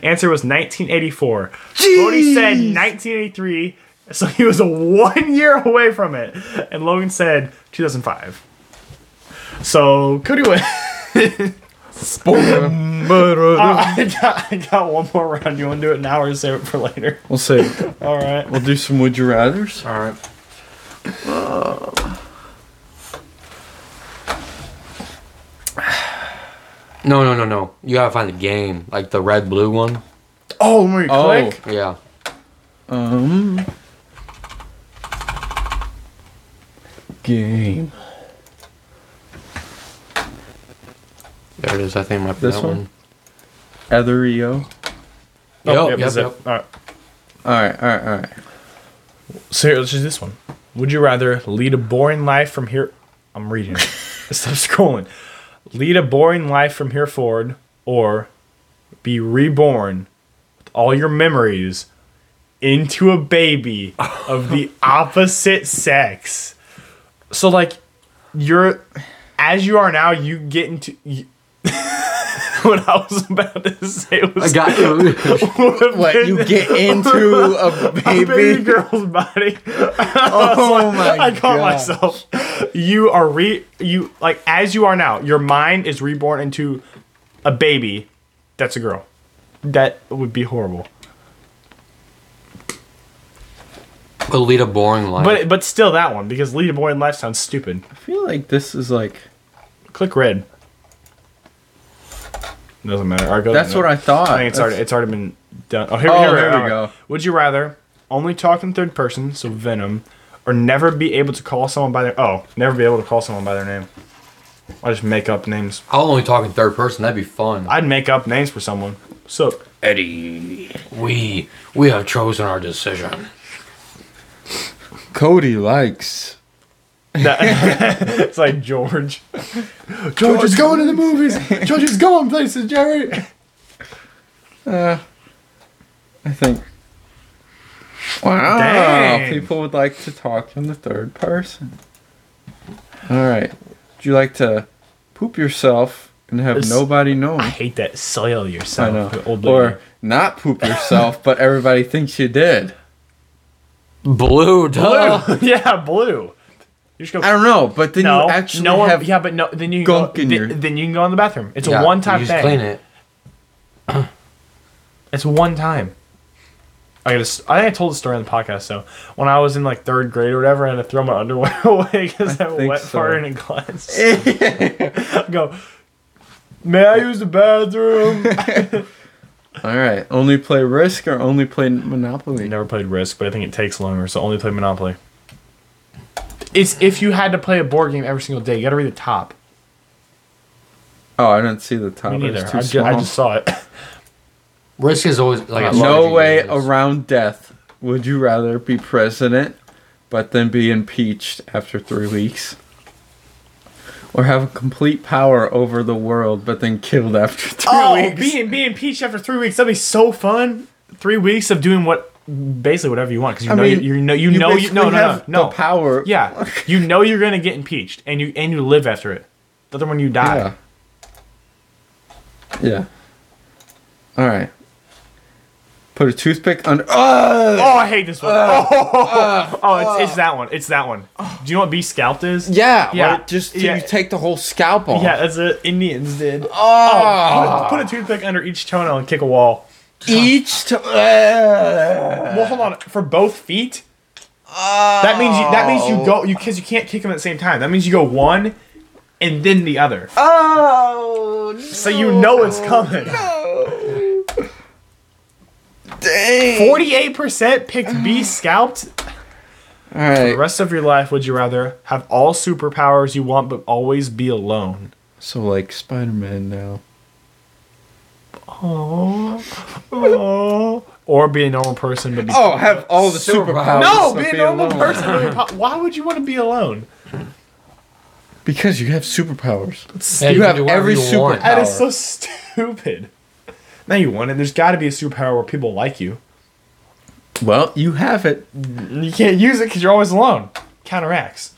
Speaker 1: Answer was 1984. Cody said 1983, so he was a one year away from it. And Logan said 2005. So Cody wins. I, got, I got one more round. You want to do it now or save it for later?
Speaker 3: We'll see.
Speaker 1: All right.
Speaker 3: We'll do some would you rather's.
Speaker 2: All right. No, no, no, no. You gotta find the game, like the red blue one.
Speaker 1: Oh, my
Speaker 3: Oh.
Speaker 1: click.
Speaker 2: Yeah.
Speaker 3: Um. Game.
Speaker 2: There it is. I think it might be
Speaker 3: This
Speaker 2: that
Speaker 3: one?
Speaker 2: one.
Speaker 3: Etherio.
Speaker 2: Yep,
Speaker 1: Oh, yep,
Speaker 2: yep,
Speaker 1: that's it.
Speaker 2: yep.
Speaker 1: All right.
Speaker 3: All right, all right, all right.
Speaker 1: So here, let's do this one. Would you rather lead a boring life from here? I'm reading. it. Stop scrolling. Lead a boring life from here forward, or be reborn with all your memories into a baby of the opposite sex. So like, you're as you are now. You get into. You, what I was about to say
Speaker 2: I
Speaker 1: was
Speaker 2: got you.
Speaker 3: What you get into a
Speaker 1: a
Speaker 3: baby?
Speaker 1: baby girl's body.
Speaker 3: oh my
Speaker 1: I caught
Speaker 3: God.
Speaker 1: myself. You are re you like as you are now. Your mind is reborn into a baby. That's a girl. That would be horrible.
Speaker 2: But lead a boring life.
Speaker 1: But but still that one because lead a boy in life sounds stupid.
Speaker 3: I feel like this is like
Speaker 1: Click red. Doesn't matter. All right, go
Speaker 3: that's
Speaker 1: to the
Speaker 3: what I
Speaker 1: next.
Speaker 3: thought.
Speaker 1: I think it's already it's already been done. Oh here,
Speaker 3: Oh,
Speaker 1: here,
Speaker 3: there we
Speaker 1: all right.
Speaker 3: go.
Speaker 1: Would you rather only talk in third person, so Venom, or never be able to call someone by their oh never be able to call someone by their name? I just make up names.
Speaker 2: I'll only talk in third person. That'd be fun.
Speaker 1: I'd make up names for someone. So
Speaker 2: we we have chosen our decision.
Speaker 3: Cody likes.
Speaker 1: it's like George. George is going to the movies. George is going places, Jerry.
Speaker 3: Uh, I think. Wow,
Speaker 1: Dang.
Speaker 3: people would like to talk in the third person. All right, would you like to poop yourself and have
Speaker 1: It's-
Speaker 3: nobody
Speaker 1: I
Speaker 3: know?
Speaker 1: hate that soil
Speaker 3: I
Speaker 1: yourself,
Speaker 3: know,
Speaker 1: old lady.
Speaker 3: or not poop yourself, but everybody thinks you did.
Speaker 2: Blue, duh.
Speaker 1: blue. yeah, blue. You just go.
Speaker 3: I don't know, but then
Speaker 1: no,
Speaker 3: you actually
Speaker 1: no one,
Speaker 3: have
Speaker 1: yeah, but no. Then you can go,
Speaker 3: gunk in
Speaker 1: th-
Speaker 3: your-
Speaker 1: then you can go in the bathroom. It's
Speaker 2: Yeah,
Speaker 1: a one-time
Speaker 2: you just
Speaker 1: thing.
Speaker 2: clean it.
Speaker 1: It's one time. I gotta, s- I think I told the story on the podcast. So when I was in like third grade or whatever, I had to throw my underwear away because I,
Speaker 3: think
Speaker 1: wet
Speaker 3: so.
Speaker 1: farted in a glass. I go, may I use the bathroom?
Speaker 3: All right, only play Risk or only play Monopoly.
Speaker 1: Never played Risk, but I think it takes longer, so only play Monopoly. It's if you had to play a board game every single day, you gotta read the top.
Speaker 3: Oh, I don't see the top.
Speaker 1: Me neither.
Speaker 3: It's too
Speaker 1: I, ju-
Speaker 3: small.
Speaker 1: I just saw it.
Speaker 2: Risk is always like a
Speaker 3: no
Speaker 2: charging
Speaker 3: way
Speaker 2: it is.
Speaker 3: around death. Would you rather be president, but then be impeached after three weeks, or have complete power over the world, but then killed after three
Speaker 1: Oh,
Speaker 3: weeks?
Speaker 1: being being impeached after three weeks, that'd be so fun. Three weeks of doing what, basically whatever you want, because you
Speaker 3: I
Speaker 1: know
Speaker 3: mean,
Speaker 1: you, you know you, know you
Speaker 3: basically
Speaker 1: no no
Speaker 3: have
Speaker 1: no no
Speaker 3: the power.
Speaker 1: yeah you know you're gonna get impeached and you and you live after it. The other one you die.
Speaker 3: Yeah. Yeah. All right. Put a toothpick under.
Speaker 1: Oh, I hate this one. oh, oh, it's, it's that one. It's that one. Do you know what be scalped is?
Speaker 3: Yeah.
Speaker 1: Yeah.
Speaker 3: Or just
Speaker 1: Yeah.
Speaker 3: you take the whole scalp off.
Speaker 1: Yeah, that's it. Indians did.
Speaker 3: Oh.
Speaker 1: Put, put a toothpick under each toenail and kick a wall.
Speaker 3: Each. To-
Speaker 1: Well, hold on. For both feet, that means you, that means you go you because you can't kick them at the same time. That means you go one, and then the other. Oh. So you know it's coming. Forty-eight percent picked B scalped. The
Speaker 3: All right.
Speaker 1: rest of your life, would you rather have all superpowers you want but always be alone?
Speaker 3: So like Spider-Man now.
Speaker 1: Oh, oh. Or be a normal person but be
Speaker 3: Oh, have all the superpowers.
Speaker 1: no,
Speaker 3: but
Speaker 1: be a normal
Speaker 3: alone.
Speaker 1: person. but be po- Why would you want to be alone?
Speaker 3: Because you have superpowers.
Speaker 2: Yeah,
Speaker 3: you,
Speaker 2: can
Speaker 3: have
Speaker 2: do whatever
Speaker 3: every
Speaker 2: you want.
Speaker 3: superpower.
Speaker 1: That is so stupid. Now you want it. There's got to be a superpower where people like you.
Speaker 3: well, you have it.
Speaker 1: And you can't use it because you're always alone. Counteracts.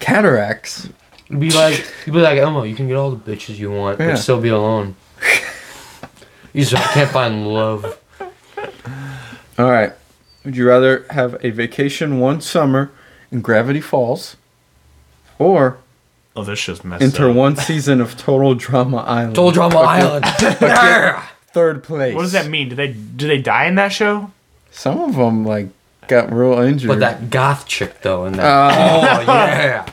Speaker 3: Cataracts.
Speaker 2: You'd be like, you'd be like Elmo. You can get all the bitches you want,
Speaker 3: Yeah.
Speaker 2: but still be alone. you just can't find love.
Speaker 3: All right. Would you rather have a vacation one summer in Gravity Falls, or
Speaker 1: Oh, this just messed
Speaker 3: enter
Speaker 1: up.
Speaker 3: one season of Total Drama Island?
Speaker 2: Told you I'm on island.
Speaker 3: Third place.
Speaker 1: What does that mean? Do they do they die in that show?
Speaker 3: Some of them like got real injured.
Speaker 2: but that goth chick though, and that.
Speaker 3: Uh,
Speaker 2: oh yeah.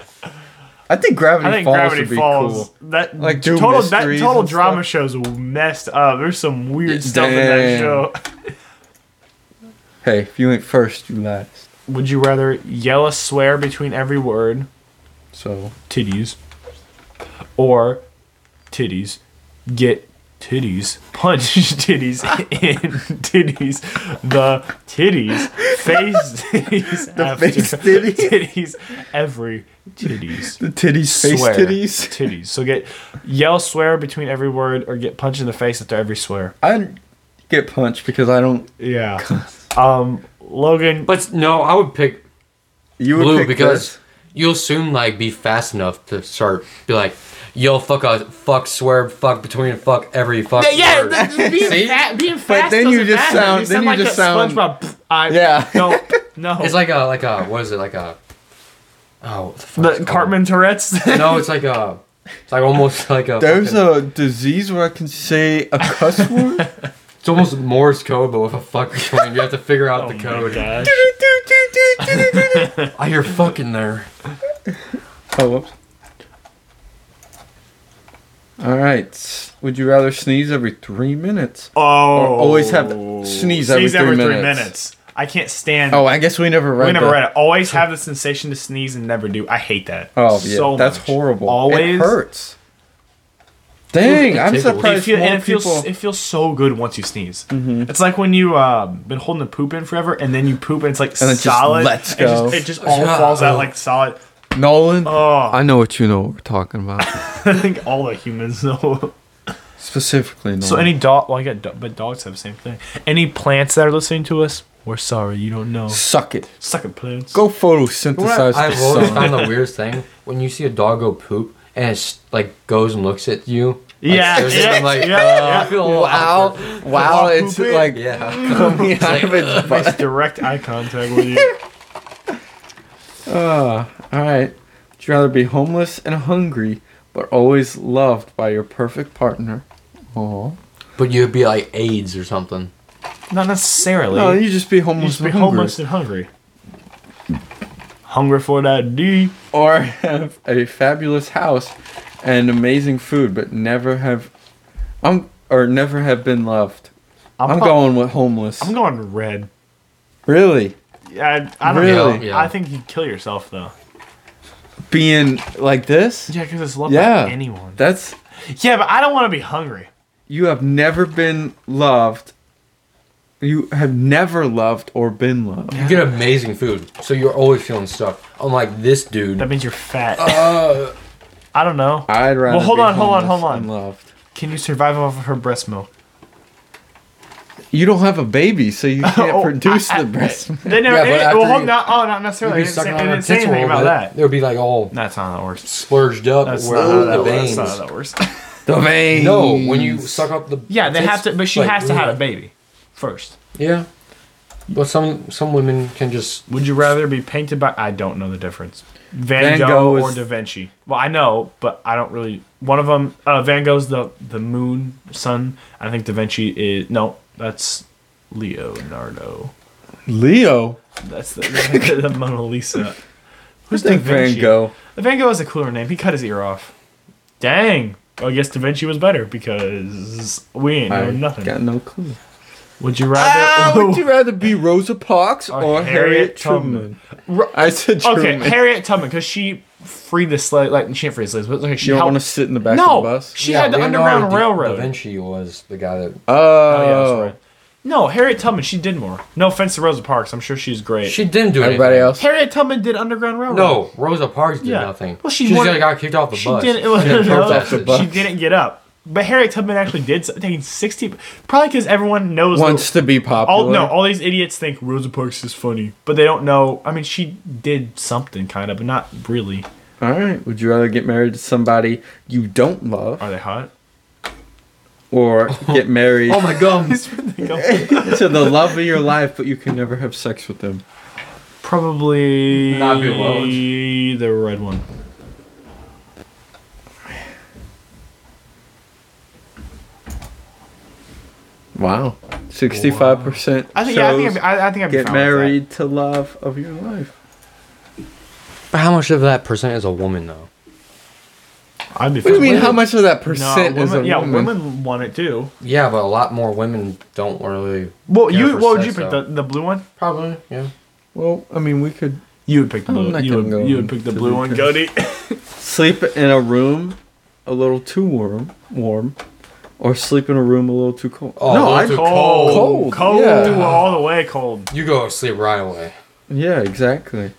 Speaker 3: I think Gravity
Speaker 1: I think
Speaker 3: Falls would
Speaker 1: Gravity
Speaker 3: be
Speaker 1: Falls.
Speaker 3: cool.
Speaker 1: That
Speaker 3: Like, do
Speaker 1: total that
Speaker 3: mysteries
Speaker 1: total
Speaker 3: and
Speaker 1: drama
Speaker 3: stuff.
Speaker 1: shows messed up. There's some weird stuff in that
Speaker 3: damn.
Speaker 1: show.
Speaker 3: Hey, if you ain't first, you last.
Speaker 1: Would you rather yell a swear between every word,
Speaker 3: So
Speaker 1: titties, or titties, get titties, punch titties in titties, the titties, face titties, the
Speaker 3: face titties?
Speaker 1: titties, every titties.
Speaker 3: the titties, face
Speaker 1: swear.
Speaker 3: titties.
Speaker 1: Titties. So get yell swear between every word or get punched in the face after every swear.
Speaker 3: I get punched because I don't.
Speaker 1: Yeah. um Logan
Speaker 2: But no, I would pick
Speaker 3: You would
Speaker 2: blue
Speaker 3: pick
Speaker 2: because
Speaker 3: this.
Speaker 2: you'll soon like be fast enough to start be like, yo, fuck a fuck swear fuck between fuck every fuck.
Speaker 1: Yeah,
Speaker 2: word.
Speaker 1: th- being,
Speaker 2: See?
Speaker 1: fat, being fast.
Speaker 3: then you
Speaker 1: doesn't
Speaker 3: just
Speaker 1: matter.
Speaker 3: sound- then you
Speaker 1: like
Speaker 3: just
Speaker 1: a
Speaker 3: sound-
Speaker 1: SpongeBob. I
Speaker 3: Yeah.
Speaker 1: don't know.
Speaker 2: It's like a like a what is it like a oh what the, fuck is
Speaker 1: the
Speaker 2: it called?
Speaker 1: Cartman Tourette's.
Speaker 2: No, it's like a it's like almost like a.
Speaker 3: There's
Speaker 2: fucking-
Speaker 3: a disease where I can say a cuss word.
Speaker 2: it's almost Morse code, but with a fuck between. You have to figure out the code.
Speaker 1: Gosh.
Speaker 2: I hear fucking there.
Speaker 3: Oh, whoops. All right. Would you rather sneeze every three minutes?
Speaker 1: Oh,
Speaker 3: always have sneeze every three minutes.
Speaker 1: I can't stand.
Speaker 3: Oh, I guess we never read.
Speaker 1: we never
Speaker 3: that.
Speaker 1: read it. Always have the sensation to sneeze and never do. I hate that.
Speaker 3: Oh, yeah.
Speaker 1: so
Speaker 3: that's
Speaker 1: much.
Speaker 3: horrible.
Speaker 1: Always
Speaker 3: it hurts. Dang,
Speaker 2: It
Speaker 3: I'm
Speaker 2: tickles.
Speaker 1: It
Speaker 3: surprised
Speaker 1: feel,
Speaker 3: more
Speaker 1: and it feels
Speaker 3: people. Mm-hmm.
Speaker 1: it feels so good once you sneeze. It's like when you uh, been holding the poop in forever and then you poop and it's like
Speaker 3: And it just
Speaker 1: solid.
Speaker 3: lets
Speaker 1: It just-
Speaker 3: go.
Speaker 1: It just, all falls out like solid.
Speaker 3: Nolan,
Speaker 1: Oh,
Speaker 3: I know what you know. What we're talking about
Speaker 1: I think all the humans know.
Speaker 3: specifically. Nolan.
Speaker 1: So any dog, well, I got do- but dogs have the same thing. Any plants that are listening to us, we're sorry, you don't know.
Speaker 3: suck it.
Speaker 1: Sucker plants.
Speaker 3: Go photosynthesize the
Speaker 2: I've always
Speaker 3: sun.
Speaker 2: found the weirdest thing when you see a dog go poop and it's like goes and looks at you. Like,
Speaker 1: Yeah,
Speaker 2: stares at you,
Speaker 1: yeah,
Speaker 2: I'm like,
Speaker 1: yeah,
Speaker 2: "Uh,
Speaker 1: yeah.
Speaker 2: I feel a little
Speaker 3: Wow,
Speaker 2: awkward."
Speaker 3: wow, it's
Speaker 1: pooping?
Speaker 3: like
Speaker 2: Yeah.
Speaker 3: coming out of its butt.
Speaker 1: Makes direct eye contact with you.
Speaker 3: Uh, all right. Would you rather be homeless and hungry, but always loved by your perfect partner?
Speaker 1: Uh-huh.
Speaker 3: Oh,
Speaker 2: But you'd be like AIDS or something.
Speaker 1: Not necessarily.
Speaker 3: no, you just be
Speaker 1: you
Speaker 3: homeless
Speaker 1: just be
Speaker 3: and hungry.
Speaker 1: homeless and hungry. Hungry for that D.
Speaker 3: or have a fabulous house and amazing food, but never have, um, or never have been loved. I'm,
Speaker 1: prob-
Speaker 3: going with homeless.
Speaker 1: I'm going red.
Speaker 3: really,
Speaker 1: Yeah, I, I don't
Speaker 3: Really?
Speaker 1: know.
Speaker 2: Yeah.
Speaker 1: I think you'd kill yourself though.
Speaker 3: being like this?
Speaker 1: Yeah, because it's loved
Speaker 3: Yeah.
Speaker 1: by anyone.
Speaker 3: That's
Speaker 1: yeah, but I don't want to be hungry.
Speaker 3: you have never been loved. You have never loved or been loved.
Speaker 2: You get amazing food, so you're always feeling stuck. Unlike this dude.
Speaker 1: That means you're fat.
Speaker 2: Uh.
Speaker 1: I don't know.
Speaker 3: I'd rather.
Speaker 1: hold
Speaker 3: be
Speaker 1: on, hold on,
Speaker 3: homeless
Speaker 1: hold on.
Speaker 3: and Loved.
Speaker 1: Can you survive off of her breast milk?
Speaker 3: You don't have a baby, so you can't
Speaker 1: Oh,
Speaker 3: produce
Speaker 1: I- I-
Speaker 3: the breast.
Speaker 1: They never.
Speaker 2: Yeah, but
Speaker 1: it-
Speaker 2: after
Speaker 1: well, hold
Speaker 2: you-
Speaker 1: not. Oh, not necessarily. They
Speaker 2: You'd be
Speaker 1: didn't say,
Speaker 2: sucking
Speaker 1: they
Speaker 2: on her
Speaker 1: didn't say
Speaker 2: tits a
Speaker 1: anything
Speaker 2: little
Speaker 1: about
Speaker 2: bit.
Speaker 1: that.
Speaker 2: They'll be like all
Speaker 1: That's not how that works.
Speaker 2: splurged up
Speaker 1: That's
Speaker 2: where
Speaker 1: not how
Speaker 2: the
Speaker 1: that works.
Speaker 2: veins.
Speaker 1: That's not how that works.
Speaker 3: the veins.
Speaker 2: No, when you suck up the
Speaker 1: Yeah, they have to. But she
Speaker 2: like,
Speaker 1: has to
Speaker 2: really-
Speaker 1: have a baby first.
Speaker 2: Yeah. But some some women can just
Speaker 1: Would you rather be painted by? I don't know the difference. Van,
Speaker 3: Van
Speaker 1: Gogh,
Speaker 3: Gogh
Speaker 1: or
Speaker 3: is-
Speaker 1: Da Vinci? Well, I know, but I don't really. One of them, uh, Van Gogh's the the moon, sun. I think Da Vinci is no. That's Leonardo.
Speaker 3: Leo.
Speaker 1: That's the, the, Mona Lisa. Who's
Speaker 3: I think Van Gogh.
Speaker 1: Van Gogh is a cooler name. He cut his ear off. Dang. Well, I guess Da Vinci was better because we ain't know
Speaker 3: I
Speaker 1: nothing.
Speaker 3: got no clue.
Speaker 1: Would you
Speaker 3: Ah,
Speaker 1: rather?
Speaker 3: would you rather be Rosa Parks
Speaker 1: Or
Speaker 3: or,
Speaker 1: Harriet
Speaker 3: Harriet,
Speaker 1: Tubman?
Speaker 3: Tubman? I said Truman.
Speaker 1: okay, Harriet Tubman, because she freed the slaves. Like she didn't free the slaves, but like she
Speaker 3: you don't
Speaker 1: helped.
Speaker 3: want to sit in the back
Speaker 1: no,
Speaker 3: of the bus?
Speaker 1: she had the Underground Railroad.
Speaker 2: Da Vinci was the guy that.
Speaker 3: Oh,
Speaker 1: Oh, yeah, that's right. No, Harriet Tubman, she did more. No offense to Rosa Parks, I'm sure she's great.
Speaker 2: She didn't do
Speaker 3: everybody
Speaker 2: anything.
Speaker 3: else.
Speaker 1: Harriet Tubman did Underground Railroad.
Speaker 2: No, Rosa Parks did
Speaker 1: Yeah.
Speaker 2: nothing.
Speaker 1: Well, she
Speaker 2: she's
Speaker 1: won-
Speaker 2: gonna got kicked off the
Speaker 1: she
Speaker 2: bus.
Speaker 1: didn't. It was,
Speaker 2: didn't
Speaker 1: no,
Speaker 2: protest it.
Speaker 1: she didn't get up. But Harriet Tubman actually did so- taking 60. Probably because everyone knows.
Speaker 3: Wants to be
Speaker 1: all
Speaker 3: popular.
Speaker 1: Oh, no, all these idiots think Rosa Parks is funny, but they don't know. I mean, she did something kind of, but not really.
Speaker 3: All right. Would you rather get married to somebody you don't love
Speaker 1: Are they hot?
Speaker 3: or get married
Speaker 2: Oh my god.
Speaker 1: They go-
Speaker 3: to the love of your life, but you can never have sex with them?
Speaker 1: Probably
Speaker 2: Not good ones.
Speaker 1: the red one.
Speaker 3: Wow. 65%
Speaker 1: I think. Yeah, I think. I'd
Speaker 3: chose
Speaker 1: be, I, I think I'd be fine with
Speaker 3: get
Speaker 1: that.
Speaker 3: married to love of your life.
Speaker 2: But how much of that percent is a woman though?
Speaker 1: I'd be.
Speaker 3: What do you
Speaker 1: fine
Speaker 3: mean?
Speaker 1: with
Speaker 3: How
Speaker 1: it.
Speaker 3: much of that
Speaker 1: No,
Speaker 3: percent
Speaker 1: women,
Speaker 3: is a
Speaker 1: yeah,
Speaker 3: woman?
Speaker 1: women want it too.
Speaker 2: Yeah, but a lot more women don't really.
Speaker 1: Well,
Speaker 2: Yeah,
Speaker 1: you
Speaker 2: for
Speaker 1: what would you
Speaker 2: sex,
Speaker 1: pick? The,
Speaker 2: though.
Speaker 1: the blue one?
Speaker 2: Probably. Yeah.
Speaker 3: Well, I mean, we could
Speaker 1: You would pick the
Speaker 3: I'm
Speaker 1: blue.
Speaker 3: not
Speaker 1: You would,
Speaker 3: gonna go
Speaker 1: you would pick the
Speaker 3: to
Speaker 1: blue
Speaker 3: the
Speaker 1: one,
Speaker 3: case.
Speaker 1: Cody.
Speaker 3: sleep in a room a little too warm, warm, or sleep in a room a little too cold.
Speaker 2: Oh, a little too
Speaker 1: Cold, cold,
Speaker 3: Cold, yeah.
Speaker 1: all the way cold.
Speaker 2: You go to sleep right away.
Speaker 3: Yeah, exactly.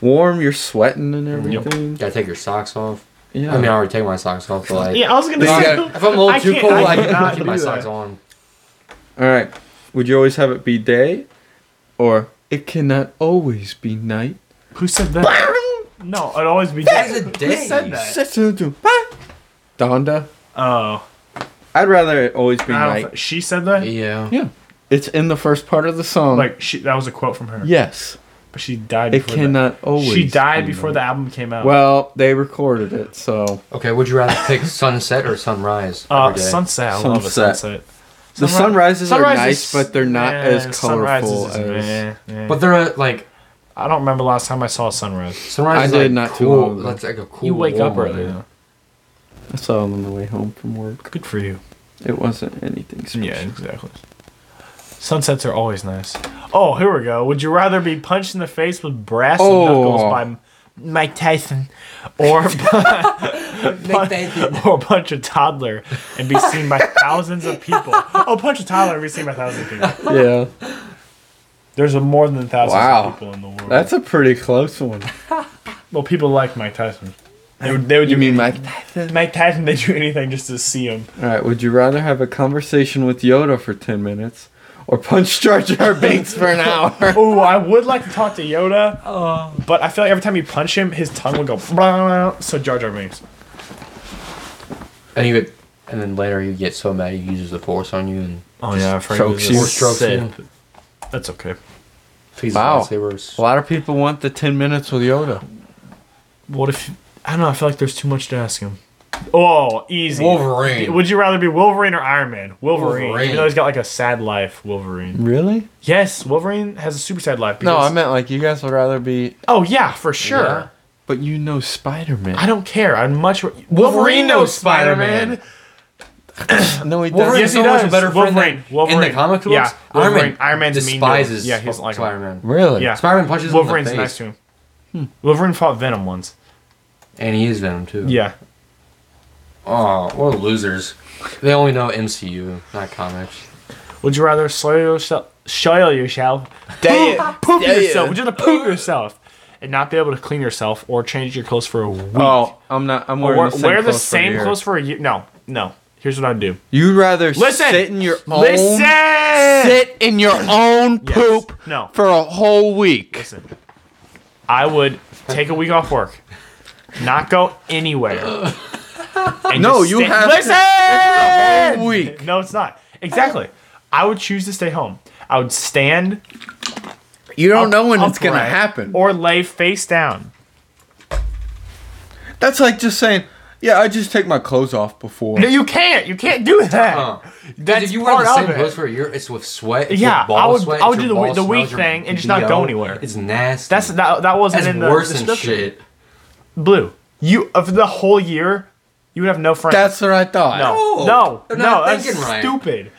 Speaker 3: Warm, you're sweating and everything.
Speaker 2: Gotta take your socks off.
Speaker 3: Yeah.
Speaker 2: I mean, I already take my socks off, but like.
Speaker 1: Yeah, I was gonna
Speaker 2: If I'm-
Speaker 1: say.
Speaker 2: if I'm a little
Speaker 1: I
Speaker 2: too
Speaker 1: can't-
Speaker 2: cold,
Speaker 1: I
Speaker 2: I
Speaker 1: cannot
Speaker 2: can keep my
Speaker 1: do that.
Speaker 2: socks on.
Speaker 3: All right. Would you always have it be day, or it cannot always be night?
Speaker 1: Who said that? no, it'd always be.
Speaker 2: That's a
Speaker 1: Who
Speaker 2: day.
Speaker 1: said that?
Speaker 3: Donda.
Speaker 1: Oh,
Speaker 3: I'd rather it always be
Speaker 1: I don't
Speaker 3: night.
Speaker 1: thi- she said that.
Speaker 2: Yeah.
Speaker 3: yeah. It's in the first part of the song.
Speaker 1: Like she, that was a quote from her.
Speaker 3: yes,
Speaker 1: but she died.
Speaker 3: it
Speaker 1: Before
Speaker 3: cannot
Speaker 1: The,
Speaker 3: always.
Speaker 1: she died
Speaker 3: be
Speaker 1: before
Speaker 3: night.
Speaker 1: the album came out.
Speaker 3: Well, they recorded it, so
Speaker 2: Okay, would you rather pick sunset or sunrise?
Speaker 1: uh,
Speaker 2: every day?
Speaker 1: sunset. I love a
Speaker 3: Sunset.
Speaker 1: sunset.
Speaker 3: The sunrises are nice, but they're not as
Speaker 1: sunrises
Speaker 3: colorful
Speaker 1: is
Speaker 3: as-
Speaker 1: meh, meh.
Speaker 2: But they're uh, like
Speaker 1: I don't remember last time I saw a sunrise.
Speaker 2: sunrise.
Speaker 3: I
Speaker 2: is,
Speaker 3: did
Speaker 2: like,
Speaker 3: not too
Speaker 2: cool.
Speaker 3: long ago.
Speaker 2: That's like a cool.
Speaker 1: You wake up
Speaker 2: warm
Speaker 1: early.
Speaker 2: weather.
Speaker 1: though.
Speaker 3: I saw them on the way home from work.
Speaker 1: Good for you.
Speaker 3: It wasn't anything special.
Speaker 1: Yeah, exactly. Sunsets are always nice. Oh, here we go. Would you rather be punched in the face with brass
Speaker 3: Oh.
Speaker 1: knuckles by M- Mike Tyson, or pun- or punch a toddler and be seen by thousands of people? Oh, punch a toddler and be seen by thousands of people.
Speaker 3: Yeah,
Speaker 1: There's more than thousands
Speaker 3: Wow.
Speaker 1: of people in the world.
Speaker 3: that's a pretty close one.
Speaker 1: well, people like Mike Tyson. They would, they would do
Speaker 3: Mike?
Speaker 1: any- Mike Tyson? They do anything just to see him.
Speaker 3: All right. Would you rather have a conversation with Yoda for ten minutes, or punch Jar Jar Binks for an hour?
Speaker 1: Oh, I would like to talk to Yoda, but I feel like every time you punch him, his tongue would go. So Jar Jar Binks.
Speaker 2: And you get, and then later you get so mad he uses the force on you and
Speaker 1: Oh yeah, I've heard
Speaker 3: chokes
Speaker 1: of
Speaker 3: you.
Speaker 1: this.
Speaker 2: force strokes you.
Speaker 1: That's okay.
Speaker 2: Please,
Speaker 3: Wow.
Speaker 2: lightsabers.
Speaker 3: A lot of people want the ten minutes with Yoda.
Speaker 1: What if I don't know? I feel like there's too much to ask him. Oh, easy.
Speaker 2: Wolverine.
Speaker 1: Would you rather be Wolverine or Iron Man? Wolverine.
Speaker 2: Wolverine.
Speaker 1: Even though he's got like a sad life, Wolverine.
Speaker 3: Really?
Speaker 1: Yes, Wolverine has a super sad life.
Speaker 3: No,
Speaker 1: because-
Speaker 3: I meant like you guys would rather be.
Speaker 1: Oh yeah, for sure.
Speaker 2: Yeah.
Speaker 3: But you know Spider Man.
Speaker 1: I don't care. I'd much. Wolverine,
Speaker 2: knows Spider-Man.
Speaker 3: No,
Speaker 2: Wolverine
Speaker 3: he
Speaker 1: Yes,
Speaker 3: doesn't.
Speaker 2: is
Speaker 1: he
Speaker 2: so much
Speaker 1: does.
Speaker 2: a better friend
Speaker 1: Wolverine.
Speaker 2: than
Speaker 1: Wolverine.
Speaker 2: in the comic books.
Speaker 1: Yeah,
Speaker 2: Iron Man
Speaker 1: Wolverine. Iron Man's a mean dude.
Speaker 2: despises
Speaker 1: Yeah, he doesn't like him.
Speaker 2: Spider-Man.
Speaker 3: Really?
Speaker 1: Yeah.
Speaker 2: Spider-Man punches him in the
Speaker 1: Wolverine's nice
Speaker 2: face.
Speaker 1: to
Speaker 2: Hmm.
Speaker 1: him. Wolverine fought Venom once.
Speaker 2: And he is Venom too.
Speaker 1: Yeah.
Speaker 2: Oh, what losers! They only know MCU, not comics.
Speaker 1: Would you rather slow yourself, soil yourself,
Speaker 3: Damn.
Speaker 1: poop
Speaker 3: Damn.
Speaker 1: yourself, would you rather poop yourself, and not be able to clean yourself or change your clothes for a week?
Speaker 3: Oh, I'm not. I'm
Speaker 1: Or
Speaker 3: wearing
Speaker 1: wear,
Speaker 3: the same
Speaker 1: wear the
Speaker 3: clothes for a
Speaker 1: same
Speaker 3: year.
Speaker 1: clothes for a year? No, no. Here's what I'd do.
Speaker 3: You'd rather
Speaker 1: Listen.
Speaker 3: sit in your own
Speaker 1: Listen.
Speaker 3: sit in your own
Speaker 1: Yes.
Speaker 3: poop
Speaker 1: No.
Speaker 3: for a whole week.
Speaker 1: Listen. I would take a week off work, not go anywhere. and
Speaker 3: No,
Speaker 1: just
Speaker 3: you
Speaker 1: stay-
Speaker 3: have to-
Speaker 1: listen.
Speaker 3: whole week.
Speaker 1: No, it's not. Exactly. I would choose to stay home. I would stand
Speaker 3: You don't know when it's gonna
Speaker 1: upright
Speaker 3: happen.
Speaker 1: or lay face down.
Speaker 3: That's like just saying, yeah, I just take my clothes off before.
Speaker 1: No, you can't. You can't do that.
Speaker 2: Huh.
Speaker 1: That's
Speaker 2: Uh-huh. if you wear
Speaker 1: part
Speaker 2: the same
Speaker 1: of
Speaker 2: clothes
Speaker 1: it.
Speaker 2: for a year, it's with sweat. It's
Speaker 1: Yeah,
Speaker 2: with ball
Speaker 1: I would-
Speaker 2: Sweat,
Speaker 1: I would
Speaker 2: it's
Speaker 1: do
Speaker 2: your
Speaker 1: the wee-
Speaker 2: ball
Speaker 1: the wee
Speaker 2: smells, your
Speaker 1: thing and just not
Speaker 2: BO.
Speaker 1: go anywhere.
Speaker 2: It's nasty.
Speaker 1: That's that. That wasn't
Speaker 2: That's
Speaker 1: in the
Speaker 2: worse than
Speaker 1: description.
Speaker 2: shit.
Speaker 1: Blue. You of the whole year, you would have no friends.
Speaker 3: That's what I thought. Oh.
Speaker 1: no,
Speaker 2: No,
Speaker 1: no,
Speaker 2: they're
Speaker 1: no.
Speaker 2: not
Speaker 1: that's
Speaker 2: thinking right.
Speaker 1: stupid.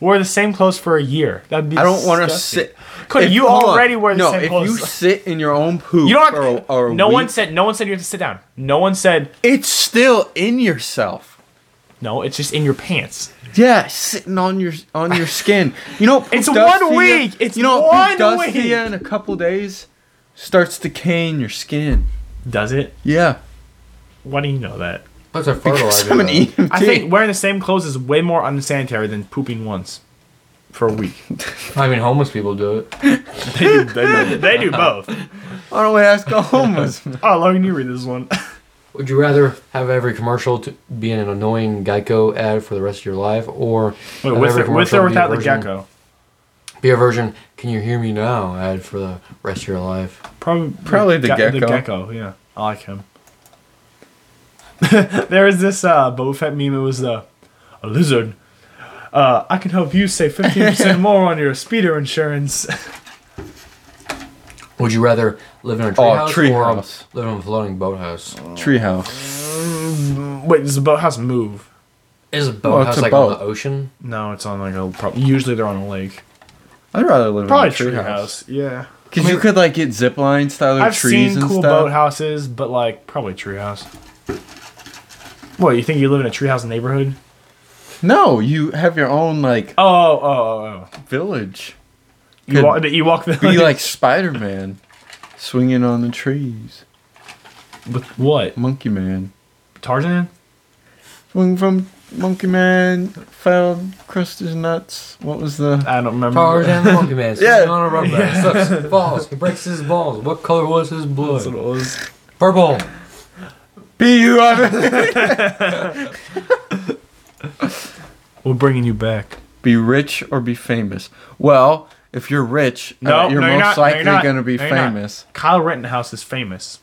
Speaker 1: wore the same clothes for a year. That'd be
Speaker 3: I don't want to
Speaker 1: disgusting.
Speaker 3: sit.
Speaker 1: Cody,
Speaker 3: if-
Speaker 1: you
Speaker 3: hold on.
Speaker 1: already wear the
Speaker 3: no,
Speaker 1: same
Speaker 3: if
Speaker 1: clothes.
Speaker 3: you sit in your own poop
Speaker 1: You don't.
Speaker 3: for a,
Speaker 1: Have,
Speaker 3: or a
Speaker 1: no one
Speaker 3: week,
Speaker 1: said. No one said you have to sit down. No one said.
Speaker 3: It's still in yourself.
Speaker 1: No, it's just in your pants.
Speaker 3: Yeah, it's sitting on your on your skin. You know, poop
Speaker 1: It's
Speaker 3: does
Speaker 1: one
Speaker 3: to ya-
Speaker 1: week! It's
Speaker 3: you know,
Speaker 1: one
Speaker 3: poop does to
Speaker 1: week!
Speaker 3: ya in a couple days starts decaying your skin.
Speaker 1: Does it?
Speaker 3: Yeah,
Speaker 1: Why do you know that?
Speaker 2: That's a
Speaker 8: Oh,
Speaker 3: because
Speaker 2: fertilizer.
Speaker 3: I'm an
Speaker 2: though.
Speaker 3: EMT.
Speaker 1: I think wearing the same clothes is way more unsanitary than pooping once for a week.
Speaker 2: I mean, homeless people do it.
Speaker 1: They do, they do, they do both.
Speaker 3: Why don't we ask a homeless? man?
Speaker 1: Oh, Logan, you read this one.
Speaker 2: Would you rather have every commercial to be an annoying Geico ad for the rest of your life, or
Speaker 1: Wait,
Speaker 2: have
Speaker 1: with, or-
Speaker 2: every
Speaker 1: with
Speaker 2: commercial
Speaker 1: or
Speaker 2: be a
Speaker 1: without the
Speaker 2: version-
Speaker 1: gecko?
Speaker 2: Be a version. Can you hear me now? Ad for the rest of your life.
Speaker 1: Probably,
Speaker 3: Probably the
Speaker 1: The
Speaker 3: gecko.
Speaker 1: gecko, yeah. I like him. there is this uh, Boba Fett meme. It was uh, a lizard. Uh, I can help you save 15% more on your speeder insurance.
Speaker 2: Would you rather live in a
Speaker 3: Oh,
Speaker 2: treehouse
Speaker 3: tree
Speaker 2: or
Speaker 3: house.
Speaker 2: live in a floating boathouse?
Speaker 3: Treehouse.
Speaker 1: Wait, does the boathouse move?
Speaker 2: Is a boathouse
Speaker 3: it's a
Speaker 2: like on
Speaker 3: boat.
Speaker 2: the ocean?
Speaker 1: No, it's on like a. Pro- usually they're on a lake.
Speaker 3: I'd rather live
Speaker 1: Probably
Speaker 3: in a
Speaker 1: treehouse.
Speaker 3: treehouse.
Speaker 1: Yeah.
Speaker 3: Because you could like get zip lines to other
Speaker 1: I've
Speaker 3: trees
Speaker 1: seen
Speaker 3: and
Speaker 1: cool
Speaker 3: stuff.
Speaker 1: boathouses, but like probably treehouse. What you think you live in a treehouse neighborhood?
Speaker 3: No, you have your own like
Speaker 1: Oh, oh, oh, oh.
Speaker 3: village.
Speaker 1: you
Speaker 3: Could
Speaker 1: walk. You walk the
Speaker 3: Be like Spider Man, swinging on the trees.
Speaker 1: with what
Speaker 3: Monkey Man,
Speaker 1: Tarzan?
Speaker 3: swing from Monkey Man, fell, crushed his nuts. What was the?
Speaker 1: I don't remember.
Speaker 2: Tarzan the monkey man
Speaker 3: Yeah.
Speaker 2: yeah. on a rubber band, slips, falls, he breaks his balls. What color was his
Speaker 1: That's what
Speaker 2: blood?
Speaker 1: it was.
Speaker 2: Purple.
Speaker 3: Be you on
Speaker 1: We're bringing you back.
Speaker 3: Be rich or be famous. Well, if you're rich, uh,
Speaker 1: No,
Speaker 3: you're
Speaker 1: no, you're not.
Speaker 3: most
Speaker 1: No, you're
Speaker 3: likely
Speaker 1: not.
Speaker 3: going to be
Speaker 1: No, you're not.
Speaker 3: famous.
Speaker 1: Kyle Rittenhouse is famous.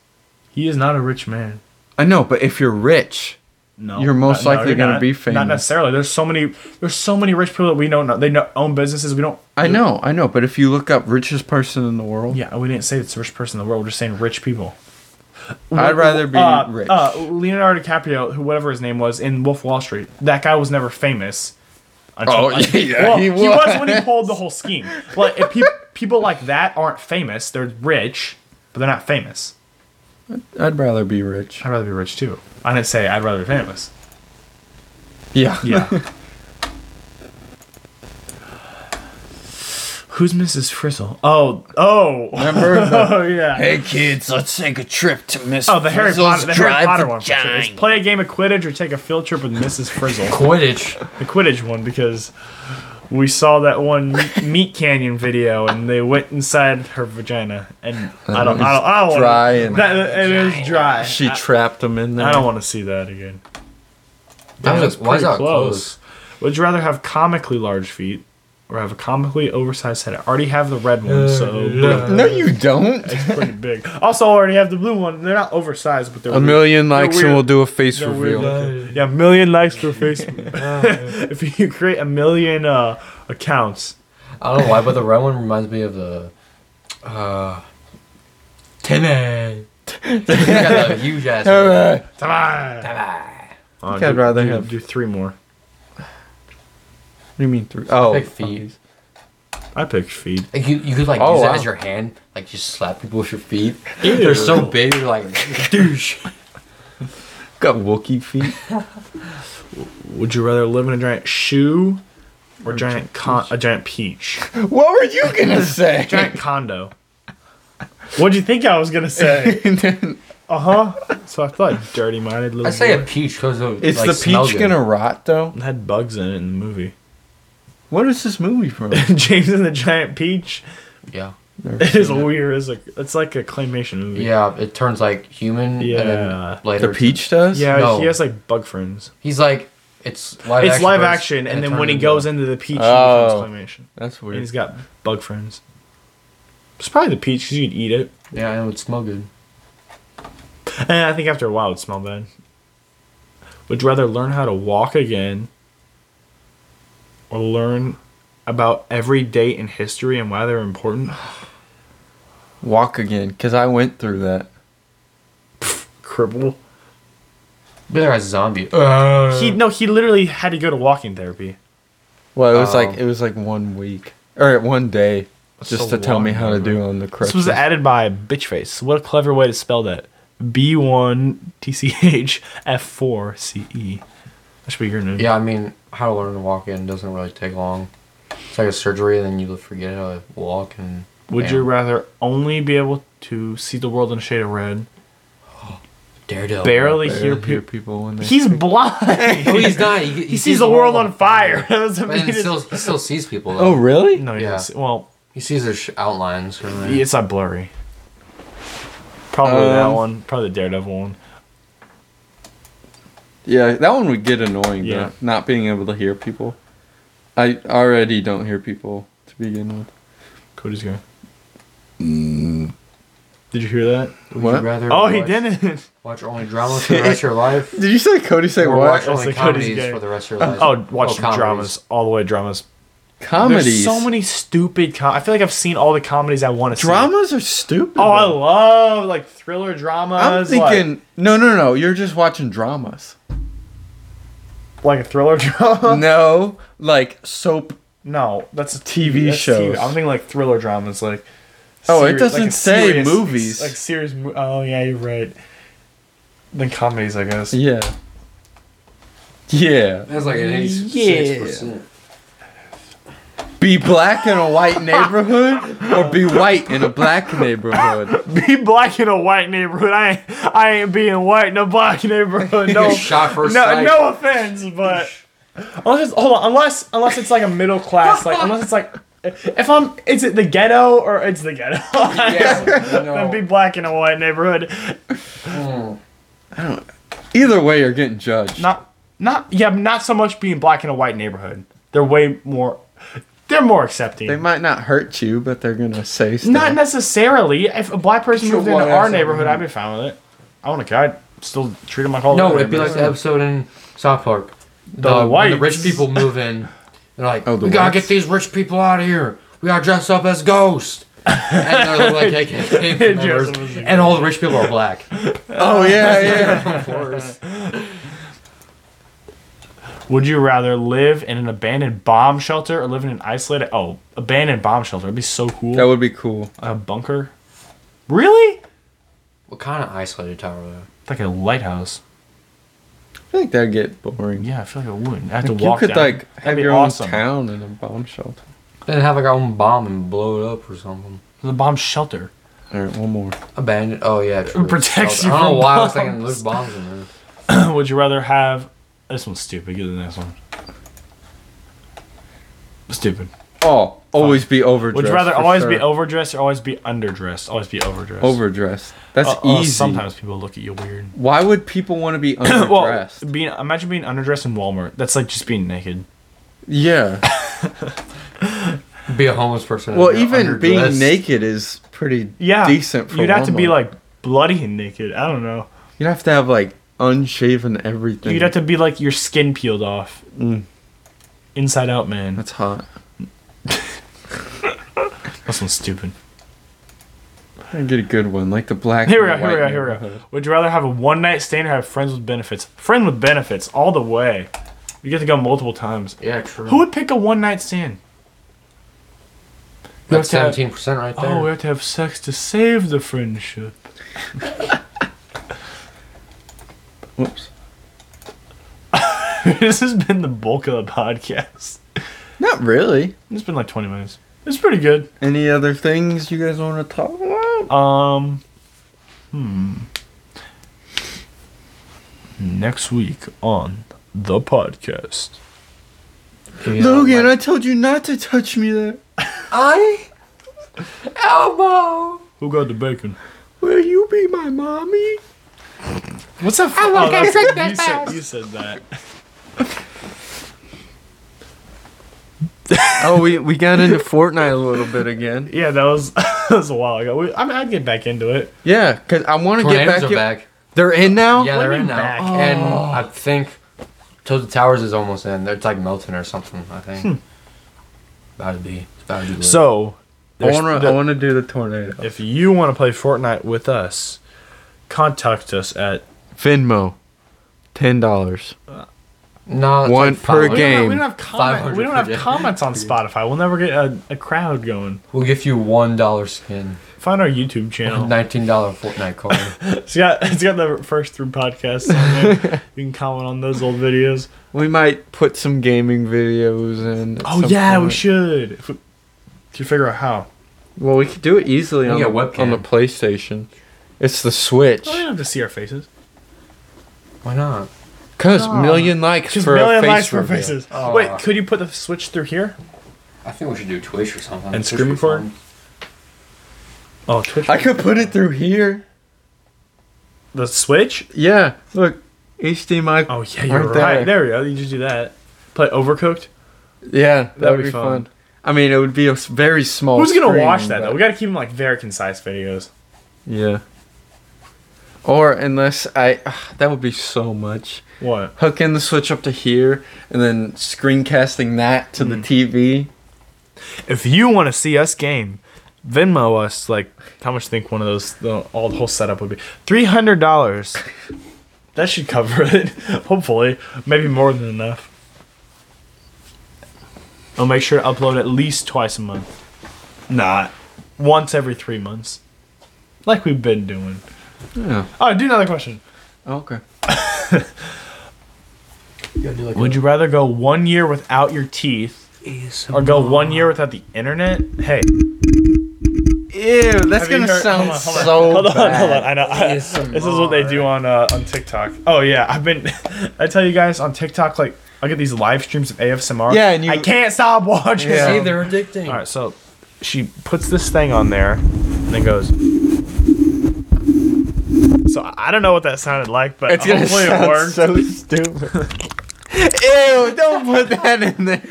Speaker 1: He is not a rich man.
Speaker 3: I know, but if you're rich,
Speaker 1: No,
Speaker 3: You're most
Speaker 1: No,
Speaker 3: likely
Speaker 1: you're
Speaker 3: gonna
Speaker 1: not.
Speaker 3: be
Speaker 1: Not
Speaker 3: famous.
Speaker 1: necessarily. There's so many. There's so many rich people that we don't know. They know, own businesses. We don't.
Speaker 3: I know, I know. But if you look up richest person in the world,
Speaker 1: Yeah, we didn't say it's the richest person in the world. We're just saying rich people.
Speaker 3: I'd rather be
Speaker 1: uh,
Speaker 3: rich.
Speaker 1: uh, Leonardo DiCaprio, who- whatever his name was, in Wolf of Wall Street. That guy was never famous.
Speaker 3: Oh,
Speaker 1: like-
Speaker 3: yeah,
Speaker 1: well,
Speaker 3: he
Speaker 1: he, was.
Speaker 3: was.
Speaker 1: when he pulled the whole scheme. Like if peop people like that aren't famous, they're rich, but they're not famous.
Speaker 3: I'd rather be rich.
Speaker 1: I'd rather be rich too. I didn't say I'd rather be famous.
Speaker 3: Yeah.
Speaker 1: Yeah. Who's Mrs. Frizzle? Oh, oh,
Speaker 3: Remember the-
Speaker 1: oh yeah.
Speaker 9: Hey kids, let's take a trip to Miss
Speaker 1: Oh, the Harry Potter, the Harry
Speaker 9: drive
Speaker 1: Potter one. For sure. It's
Speaker 9: vagina.
Speaker 1: play a game of Quidditch or take a field trip with Mrs. Frizzle.
Speaker 2: Quidditch.
Speaker 1: The Quidditch one because we saw that one Meat Canyon video and they went inside her vagina and I don't, I don't, I don't want
Speaker 3: dry and-
Speaker 1: that, it is dry.
Speaker 3: She
Speaker 1: I,
Speaker 3: trapped him in there.
Speaker 1: I don't want to see that again.
Speaker 2: That was,
Speaker 1: That's
Speaker 2: why is
Speaker 1: pretty
Speaker 2: that close?
Speaker 1: Would you rather have comically large feet or have a comically oversized head? I already have the red
Speaker 2: Uh,
Speaker 1: one, so
Speaker 3: No, you don't.
Speaker 1: it's pretty big. Also, I already have the blue one. They're not oversized, but they're
Speaker 3: A million likes and
Speaker 1: weird.
Speaker 3: we'll do a face
Speaker 1: They're
Speaker 3: reveal.
Speaker 1: weird looking. Yeah, a million likes for Facebook. if you create a million uh, accounts,
Speaker 2: I don't know why, but the red one reminds me of the. Uh, Timmy. He's got the huge ass. one.
Speaker 3: Alright.
Speaker 1: Come on.
Speaker 3: think I'd rather
Speaker 1: Uh, do,
Speaker 3: have-
Speaker 1: do three more.
Speaker 3: What do you mean three? Oh,
Speaker 2: Big feet.
Speaker 1: I picked feet.
Speaker 2: Like, You, you could like
Speaker 3: Oh,
Speaker 2: use
Speaker 3: wow.
Speaker 2: it as your hand, like just slap people with your feet. They're so big, you're like douche.
Speaker 3: got Wookie feet.
Speaker 1: Would you rather live in a giant shoe or giant con- a giant peach?
Speaker 3: what were you gonna say?
Speaker 1: Giant condo. What'd you think I was gonna say? Uh huh. So I thought dirty minded little.
Speaker 2: I say a
Speaker 1: boy.
Speaker 2: peach because of
Speaker 3: Is
Speaker 2: like,
Speaker 3: the
Speaker 2: smell
Speaker 3: peach
Speaker 2: good.
Speaker 3: gonna rot though?
Speaker 1: It had bugs in it in the movie.
Speaker 3: What is this movie from?
Speaker 1: James and the Giant Peach.
Speaker 2: Yeah.
Speaker 1: It is weird. It's like it's like a claymation movie.
Speaker 2: Yeah, it turns like human. And
Speaker 1: Yeah.
Speaker 2: then later,
Speaker 3: the peach does.
Speaker 1: Yeah,
Speaker 2: No.
Speaker 1: he has like bug friends.
Speaker 2: He's like, it's live.
Speaker 1: it's
Speaker 2: action
Speaker 1: live
Speaker 2: first,
Speaker 1: action, and,
Speaker 2: it
Speaker 1: then
Speaker 2: turns
Speaker 1: when he
Speaker 2: into-
Speaker 1: goes into the peach,
Speaker 3: Oh.
Speaker 1: he becomes claymation.
Speaker 3: that's
Speaker 1: And he's
Speaker 3: weird.
Speaker 1: got bug friends. It's probably the peach because you could eat it,
Speaker 2: Yeah, and it would smell good.
Speaker 1: and I think after a while it'd smell bad. Would you rather learn how to walk again, or learn about every date in history and why they're important?
Speaker 3: Walk again, cause I went through that.
Speaker 1: Cripple.
Speaker 2: But there a zombie.
Speaker 1: He no, he literally had to go to walking therapy.
Speaker 3: Well, it was like
Speaker 2: Um,
Speaker 3: it was like one week or one day, just
Speaker 1: So
Speaker 3: to tell me
Speaker 1: long,
Speaker 3: how to
Speaker 1: huh?
Speaker 3: do on the correct.
Speaker 1: This was added by Bitchface. What a clever way to spell that. B1TCHF4CE. That E. should be your new.
Speaker 2: Yeah, I mean, how to learn to walk in doesn't really take long. It's like a surgery, and then you forget how to walk. And
Speaker 1: Would you rather only be able to see the world in a shade of red,
Speaker 2: daredevil?
Speaker 1: barely
Speaker 3: I
Speaker 1: hear people?
Speaker 3: hear, people when they.
Speaker 1: He's blind.
Speaker 2: No, he's not. He, he
Speaker 1: He sees the world on fire. That doesn't
Speaker 2: But
Speaker 1: mean
Speaker 2: he
Speaker 1: it's-
Speaker 2: still, he still sees people. Though.
Speaker 3: oh really?
Speaker 1: No, he
Speaker 2: Yeah.
Speaker 1: doesn't see- Well,
Speaker 2: He sees their sh- outlines. Or whatever.
Speaker 1: it's not blurry. Probably that
Speaker 3: Um,
Speaker 1: one. Probably the Daredevil one.
Speaker 3: Yeah, that one would get annoying.
Speaker 1: Yeah.
Speaker 3: Yeah. Not being able to hear people. I already don't hear people to begin with.
Speaker 1: Cody's going. Did you hear that?
Speaker 2: Would
Speaker 3: What?
Speaker 2: You rather
Speaker 1: Oh, he
Speaker 2: Mm. watch-
Speaker 1: didn't.
Speaker 2: Watch only dramas for the rest of your life.
Speaker 3: Did you say Cody say
Speaker 2: or
Speaker 3: what?
Speaker 2: watch
Speaker 1: That's
Speaker 2: only
Speaker 1: like Cody's
Speaker 2: comedies
Speaker 1: gay.
Speaker 2: for the rest of your life.
Speaker 1: Oh, watch
Speaker 2: comedies.
Speaker 1: dramas all the way. Dramas. There's
Speaker 3: Comedies.
Speaker 1: so many stupid. Com- I feel like I've seen all the comedies I want to see.
Speaker 3: dramas are stupid.
Speaker 1: Oh, I
Speaker 3: though.
Speaker 1: love like thriller dramas.
Speaker 3: I'm
Speaker 1: like-
Speaker 3: thinking no, no, no. You're just watching dramas.
Speaker 1: like, a thriller drama.
Speaker 3: no, like soap.
Speaker 1: No, that's a
Speaker 3: TV
Speaker 1: that's
Speaker 3: shows.
Speaker 1: I'm thinking like thriller dramas, like.
Speaker 3: Oh, it
Speaker 1: seri-
Speaker 3: doesn't
Speaker 1: a
Speaker 3: say movies.
Speaker 1: Like serious. Mo- oh yeah, you're right. Then comedies, I guess.
Speaker 3: Yeah. Yeah.
Speaker 2: That's like an 86%.
Speaker 3: Be black in a white neighborhood or be white in a black neighborhood.
Speaker 1: Be black in a white neighborhood. I ain't, I ain't being white in a black neighborhood. No,
Speaker 2: Shot
Speaker 1: no,
Speaker 2: first sight.
Speaker 1: no offense, but unless it's, hold on, unless unless it's like a middle class, like unless it's like if I'm, is it the ghetto or it's the ghetto?
Speaker 2: Yeah,
Speaker 1: Then be
Speaker 2: no.
Speaker 1: black in a white neighborhood.
Speaker 2: Mm.
Speaker 3: Either way, you're getting judged.
Speaker 1: Not not yeah, not so much being black in a white neighborhood. They're way more. They're more accepting.
Speaker 3: They might not hurt you, but they're gonna say stuff.
Speaker 1: Not necessarily. If a black person
Speaker 2: Sure,
Speaker 1: moved into
Speaker 2: why
Speaker 1: our
Speaker 2: not?
Speaker 1: neighborhood, I'd be fine with it. I want to guy. Still treat them like all
Speaker 2: No,
Speaker 1: other
Speaker 2: it'd be like
Speaker 1: neighbors.
Speaker 2: the episode in South Park.
Speaker 1: The
Speaker 2: Uh, when the
Speaker 1: whites.
Speaker 2: rich people move in. They're like,
Speaker 3: Oh, the
Speaker 2: we gotta
Speaker 3: whites?
Speaker 2: get these rich people out of here. We gotta dress up as ghosts. and they're like AKA members,
Speaker 1: up as a
Speaker 2: and all the rich people are black.
Speaker 3: Oh yeah, yeah.
Speaker 2: Of course.
Speaker 1: Would you rather live in an abandoned bomb shelter or live in an isolated oh abandoned bomb shelter? That'd be so cool.
Speaker 3: that would be cool.
Speaker 1: a bunker. Really?
Speaker 2: What kind of isolated tower? Though?
Speaker 1: Like a lighthouse.
Speaker 3: I think that'd get boring.
Speaker 1: Yeah, I feel like it would. I have to
Speaker 3: Like, you
Speaker 1: walk.
Speaker 3: could
Speaker 1: down.
Speaker 3: like
Speaker 1: That'd
Speaker 3: have
Speaker 1: be
Speaker 3: your
Speaker 1: awesome.
Speaker 3: own town in a bomb shelter.
Speaker 2: Then have like our own bomb and blow it up or something.
Speaker 1: The bomb shelter.
Speaker 3: All right, one more.
Speaker 2: Abandoned. Oh yeah, true.
Speaker 1: protects
Speaker 2: I
Speaker 1: you
Speaker 2: don't know
Speaker 1: from
Speaker 2: why I was thinking
Speaker 1: bombs.
Speaker 2: there's bombs in there.
Speaker 1: would you rather have? This one's stupid. Get the next one. Stupid.
Speaker 3: Oh, always be overdressed.
Speaker 1: Would you rather
Speaker 3: for
Speaker 1: always be
Speaker 3: sure.
Speaker 1: overdressed or always be underdressed? Always be overdressed.
Speaker 3: overdressed? That's
Speaker 1: Uh, uh,
Speaker 3: easy.
Speaker 1: sometimes people look at you weird.
Speaker 3: Why would people want to be
Speaker 1: Well,
Speaker 3: underdressed?
Speaker 1: being imagine being underdressed in Walmart. That's like just being naked.
Speaker 3: yeah.
Speaker 2: Be a homeless person. and
Speaker 3: Well,
Speaker 2: you're
Speaker 3: even being
Speaker 2: underdressed.
Speaker 3: naked is pretty
Speaker 1: Yeah,
Speaker 3: decent for
Speaker 1: You'd have to be
Speaker 3: Walmart.
Speaker 1: like bloody and naked. I don't know.
Speaker 3: You'd have to have like unshaven everything.
Speaker 1: You'd have to be like your skin peeled off.
Speaker 3: Mm.
Speaker 1: Inside out, man.
Speaker 3: That's hot.
Speaker 1: That's one's stupid.
Speaker 3: I get a good one, like the black.
Speaker 1: Here we go.
Speaker 3: and
Speaker 1: Here we
Speaker 3: white
Speaker 1: go. Here we go.
Speaker 3: neighborhood.
Speaker 1: Would you rather have a one night stand or have friends with benefits? Friend with benefits all the way. You get to go multiple times.
Speaker 2: Yeah, true.
Speaker 1: Who would pick a one night stand? You
Speaker 2: That's
Speaker 1: have to have-
Speaker 2: seventeen percent right there.
Speaker 1: Oh, we have to have sex to save the friendship.
Speaker 3: Whoops.
Speaker 1: this has been the bulk of the podcast.
Speaker 3: Not really.
Speaker 1: It's been like 20 minutes. It's pretty good.
Speaker 3: Any other things you guys want to talk about?
Speaker 1: Um, hmm. Next week on the podcast.
Speaker 2: You know,
Speaker 3: Logan,
Speaker 2: like-
Speaker 3: I told you not to touch me there.
Speaker 2: I elbow.
Speaker 1: Who got the bacon?
Speaker 3: Will you be my mommy?
Speaker 1: What's that? I like oh, that you, said, you said that.
Speaker 3: oh, we we got into Fortnite a little bit again.
Speaker 1: Yeah, that was that was a while ago. We, I mean, I'd get back into it.
Speaker 3: Yeah, cause I want to get
Speaker 2: Tornadoes
Speaker 3: back.
Speaker 2: are
Speaker 3: in-
Speaker 2: back.
Speaker 3: They're in now.
Speaker 2: Yeah,
Speaker 1: What
Speaker 2: they're
Speaker 1: do you
Speaker 2: in
Speaker 1: mean
Speaker 2: now.
Speaker 1: back?
Speaker 2: And I think Tilted Towers is almost in. It's like melting or something. I think. About to be. It's about to be. Lit.
Speaker 1: So,
Speaker 3: I
Speaker 1: there's-
Speaker 3: want to. I want to do the tornado.
Speaker 1: if you want to play Fortnite with us, contact us at
Speaker 3: Venmo, ten dollars.
Speaker 2: No, it's
Speaker 3: One
Speaker 2: like
Speaker 3: per
Speaker 2: five.
Speaker 1: We don't, have,
Speaker 3: Game.
Speaker 1: we don't have comment,
Speaker 2: 500
Speaker 1: We don't have
Speaker 2: per day.
Speaker 1: comments on Spotify. We'll never get a, a crowd going.
Speaker 2: We'll give you one dollar skin,
Speaker 1: Find our YouTube channel.
Speaker 2: nineteen dollar Fortnite coin.
Speaker 1: It's got it's got the first three podcasts on there. you can comment on those old videos.
Speaker 3: We might put some gaming videos in. at
Speaker 1: Oh
Speaker 3: some
Speaker 1: yeah, we
Speaker 3: point.
Speaker 1: should. If we, if you figure out how,
Speaker 3: Well, we could do it easily
Speaker 2: We
Speaker 3: on the,
Speaker 2: got webcam.
Speaker 3: on the PlayStation. It's the Switch.
Speaker 1: oh, you don't have to see our faces.
Speaker 2: Why not?
Speaker 3: Cause million likes
Speaker 1: Oh. Just
Speaker 3: for a
Speaker 1: million
Speaker 3: face
Speaker 1: likes for
Speaker 3: reveal.
Speaker 1: faces.
Speaker 2: Oh.
Speaker 1: Wait, could you put the switch through here?
Speaker 2: I think we should do Twitch or something.
Speaker 1: And
Speaker 2: Twitch
Speaker 1: screen
Speaker 2: would be
Speaker 1: record?
Speaker 2: fun.
Speaker 1: Oh, Twitch.
Speaker 3: I could put it through here.
Speaker 1: the switch.
Speaker 3: Yeah. Look, HDMI.
Speaker 1: Oh yeah, you're
Speaker 3: Right there.
Speaker 1: right. There we go. You just do that. Play Overcooked.
Speaker 3: Yeah, that
Speaker 1: That'd
Speaker 3: would
Speaker 1: be
Speaker 3: be
Speaker 1: fun.
Speaker 3: fun. I mean, it would be a s- very small.
Speaker 1: Who's gonna
Speaker 3: screen,
Speaker 1: watch that though?
Speaker 3: but-
Speaker 1: We gotta keep them like very concise videos.
Speaker 3: Yeah. Or unless I, ugh, that would be so much.
Speaker 1: What?
Speaker 3: Hooking the switch up to here and then screencasting that to
Speaker 1: Hmm.
Speaker 3: the TV.
Speaker 1: If you want to see us game, Venmo us like how much think one of those the all the whole setup would be three hundred dollars. That should cover it. Hopefully, maybe more than enough. I'll make sure to upload at least twice a month. Nah, once every three months, like we've been doing.
Speaker 3: Yeah.
Speaker 1: Oh, do another question.
Speaker 3: Oh, okay.
Speaker 2: You gotta do like
Speaker 1: Would you rather go one year without your teeth, or go one year without the internet? Hey,
Speaker 3: Ew, that's
Speaker 1: Have you
Speaker 3: gonna
Speaker 1: heard- hold
Speaker 3: sound
Speaker 1: on, hold on.
Speaker 3: so
Speaker 1: hold on,
Speaker 3: bad.
Speaker 1: hold on. I know. I- this is what they do on uh, on TikTok. Oh yeah, I've been. I tell you guys on TikTok, like I get these live streams of AFSMR.
Speaker 3: Yeah, and you-
Speaker 1: I can't stop watching.
Speaker 3: Yeah.
Speaker 2: See,
Speaker 1: them.
Speaker 2: they're addicting.
Speaker 1: All right, so she puts this thing on there and then goes. So I- I don't know what that sounded like, but
Speaker 3: It's gonna
Speaker 1: hopefully it
Speaker 3: sound
Speaker 1: worked.
Speaker 3: so stupid. Ew! Don't put that in there.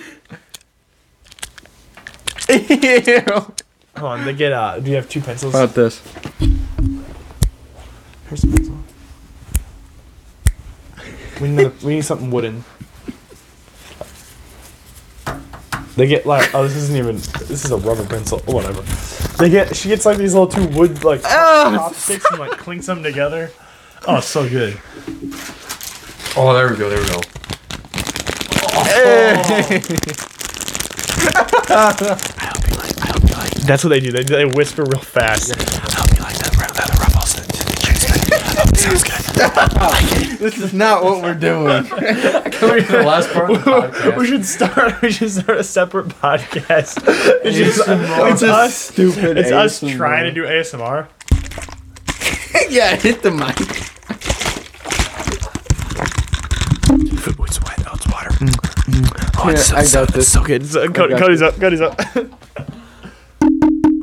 Speaker 3: Ew.
Speaker 1: Hold on, they get. Uh, do you have two pencils?
Speaker 3: About this.
Speaker 1: Here's a pencil. We need, another- we need something wooden. They get like oh this isn't even this is a rubber pencil oh, whatever. They get she gets like these little two wood like top sticks and like clinks them together. Oh it's so good.
Speaker 2: Oh, there we go. There we go.
Speaker 1: That's what they do. They, they whisper real fast.
Speaker 3: This is not what we're doing.
Speaker 2: The last part of the podcast.
Speaker 1: We should start. We should start a separate podcast. It's just
Speaker 3: It's
Speaker 1: it's
Speaker 3: a
Speaker 1: us.
Speaker 3: stupid.
Speaker 1: It's us
Speaker 3: ASMR.
Speaker 1: trying to do ASMR.
Speaker 3: yeah, hit the mic.
Speaker 1: It's wet. Oh, it's water.
Speaker 9: I got this.
Speaker 1: Oh, So good. So, uh, Cody,
Speaker 9: got
Speaker 1: Cody's up. Cody's up.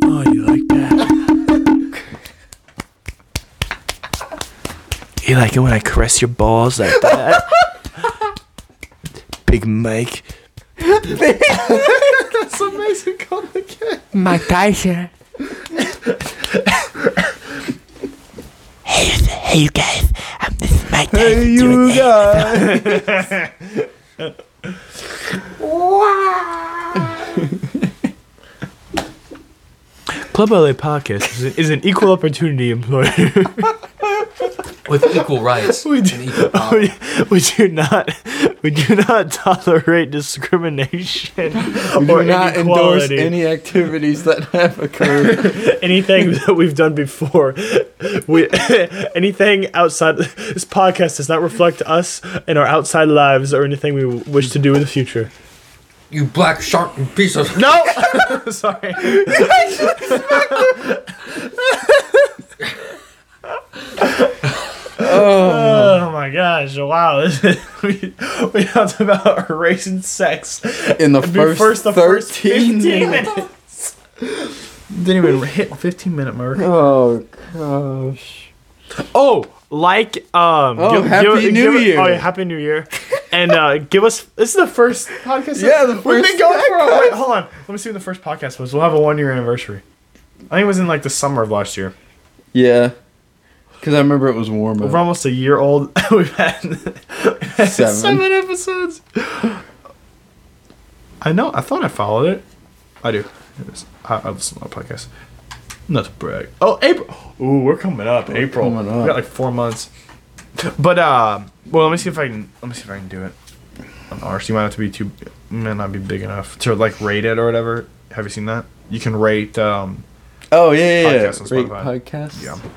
Speaker 1: oh, you like that? you like it when I caress your balls like that? Big Mike. That's amazing. Call the kid.
Speaker 11: Mike Tyson. hey, hey, you guys.
Speaker 1: Um,
Speaker 11: I'm this is Mike Tyson. doing it.
Speaker 1: Club LA Podcast is an, is an equal opportunity employer.
Speaker 2: With equal rights.
Speaker 1: We do-
Speaker 2: and equal power.
Speaker 1: we, we do not we do not tolerate discrimination or
Speaker 3: Do not endorse
Speaker 1: inequality.
Speaker 3: any activities that have occurred.
Speaker 1: anything that we've done before. We anything outside this podcast does not reflect us and our outside lives or anything we wish to do in the future.
Speaker 2: You black shark piece of.
Speaker 1: No, sorry. oh, my gosh! Wow, this is, we, we talked about race and sex
Speaker 3: In the
Speaker 1: It'd be
Speaker 3: first,
Speaker 1: the first
Speaker 3: 13
Speaker 1: 15 minutes. Didn't even hit 15 minute mark.
Speaker 3: Oh gosh.
Speaker 1: Oh, like um.
Speaker 3: Oh, Happy New
Speaker 1: give-
Speaker 3: Year.
Speaker 1: Oh, yeah, Happy New Year! And uh, give us. This is the first podcast.
Speaker 3: Yeah, the
Speaker 1: we've been
Speaker 3: first
Speaker 1: going for. A, wait, hold on. Let me see when the first podcast was. We'll have a one year anniversary. I think it was in like the summer of last year.
Speaker 3: Yeah. Cause I remember it was warm.
Speaker 1: We're
Speaker 3: Up.
Speaker 1: almost a year old. We've had seven.
Speaker 3: Seven.
Speaker 1: episodes. I know. I thought I followed it. I do. It was- I, I listen to a podcast. Not to brag. Oh, April. Ooh, we're coming up. April.
Speaker 3: coming
Speaker 1: We
Speaker 3: up.
Speaker 1: uh, got like four months. But um, well, let me see if I can. Let me see if I can do it. on R, so you might have to be too might not be big enough to like rate it or whatever. Have you seen that? You can rate. Um,
Speaker 3: Oh yeah, yeah, yeah.
Speaker 1: Podcast on
Speaker 3: Great
Speaker 1: Spotify.
Speaker 3: podcast.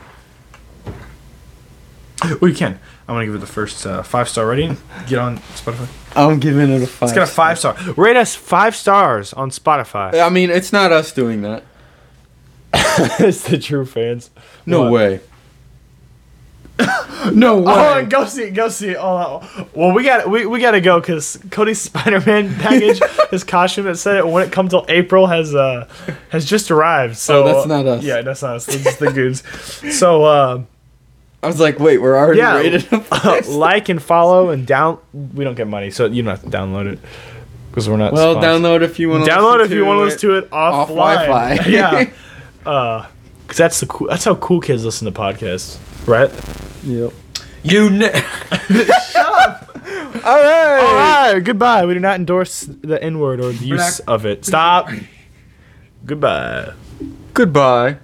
Speaker 1: yeah. Well, you can. I'm gonna give it the first uh, five star rating. Get on Spotify.
Speaker 3: I'm giving it a five.
Speaker 1: Let's get a five star. Rate us five stars on Spotify.
Speaker 3: I mean, it's not us doing that.
Speaker 1: it's the true fans.
Speaker 3: No
Speaker 1: What?
Speaker 3: way. no way.
Speaker 1: Oh, and go see, go see. Oh, well, we got we, we got to go because Cody's Spider-Man package, his costume that said it wouldn't come till April has uh has just arrived. So
Speaker 3: Oh, that's not us.
Speaker 1: Yeah, that's not us. That's just the goons. So uh,
Speaker 3: I was like, wait, we're already
Speaker 1: Yeah.
Speaker 3: rated. A five star.
Speaker 1: like and follow and down. We don't get money, so you don't have to download it because we're not.
Speaker 3: well,
Speaker 1: sponsored.
Speaker 3: download if you want. to
Speaker 1: download if you want to listen to it offline.
Speaker 3: Off Wi-Fi.
Speaker 1: yeah, because that's the cool. That's how cool kids listen to podcasts, right?
Speaker 3: Yep.
Speaker 2: You ne-
Speaker 3: All right.
Speaker 1: All right, goodbye. We do not endorse the N word or the use of it. Stop. goodbye.
Speaker 3: Goodbye.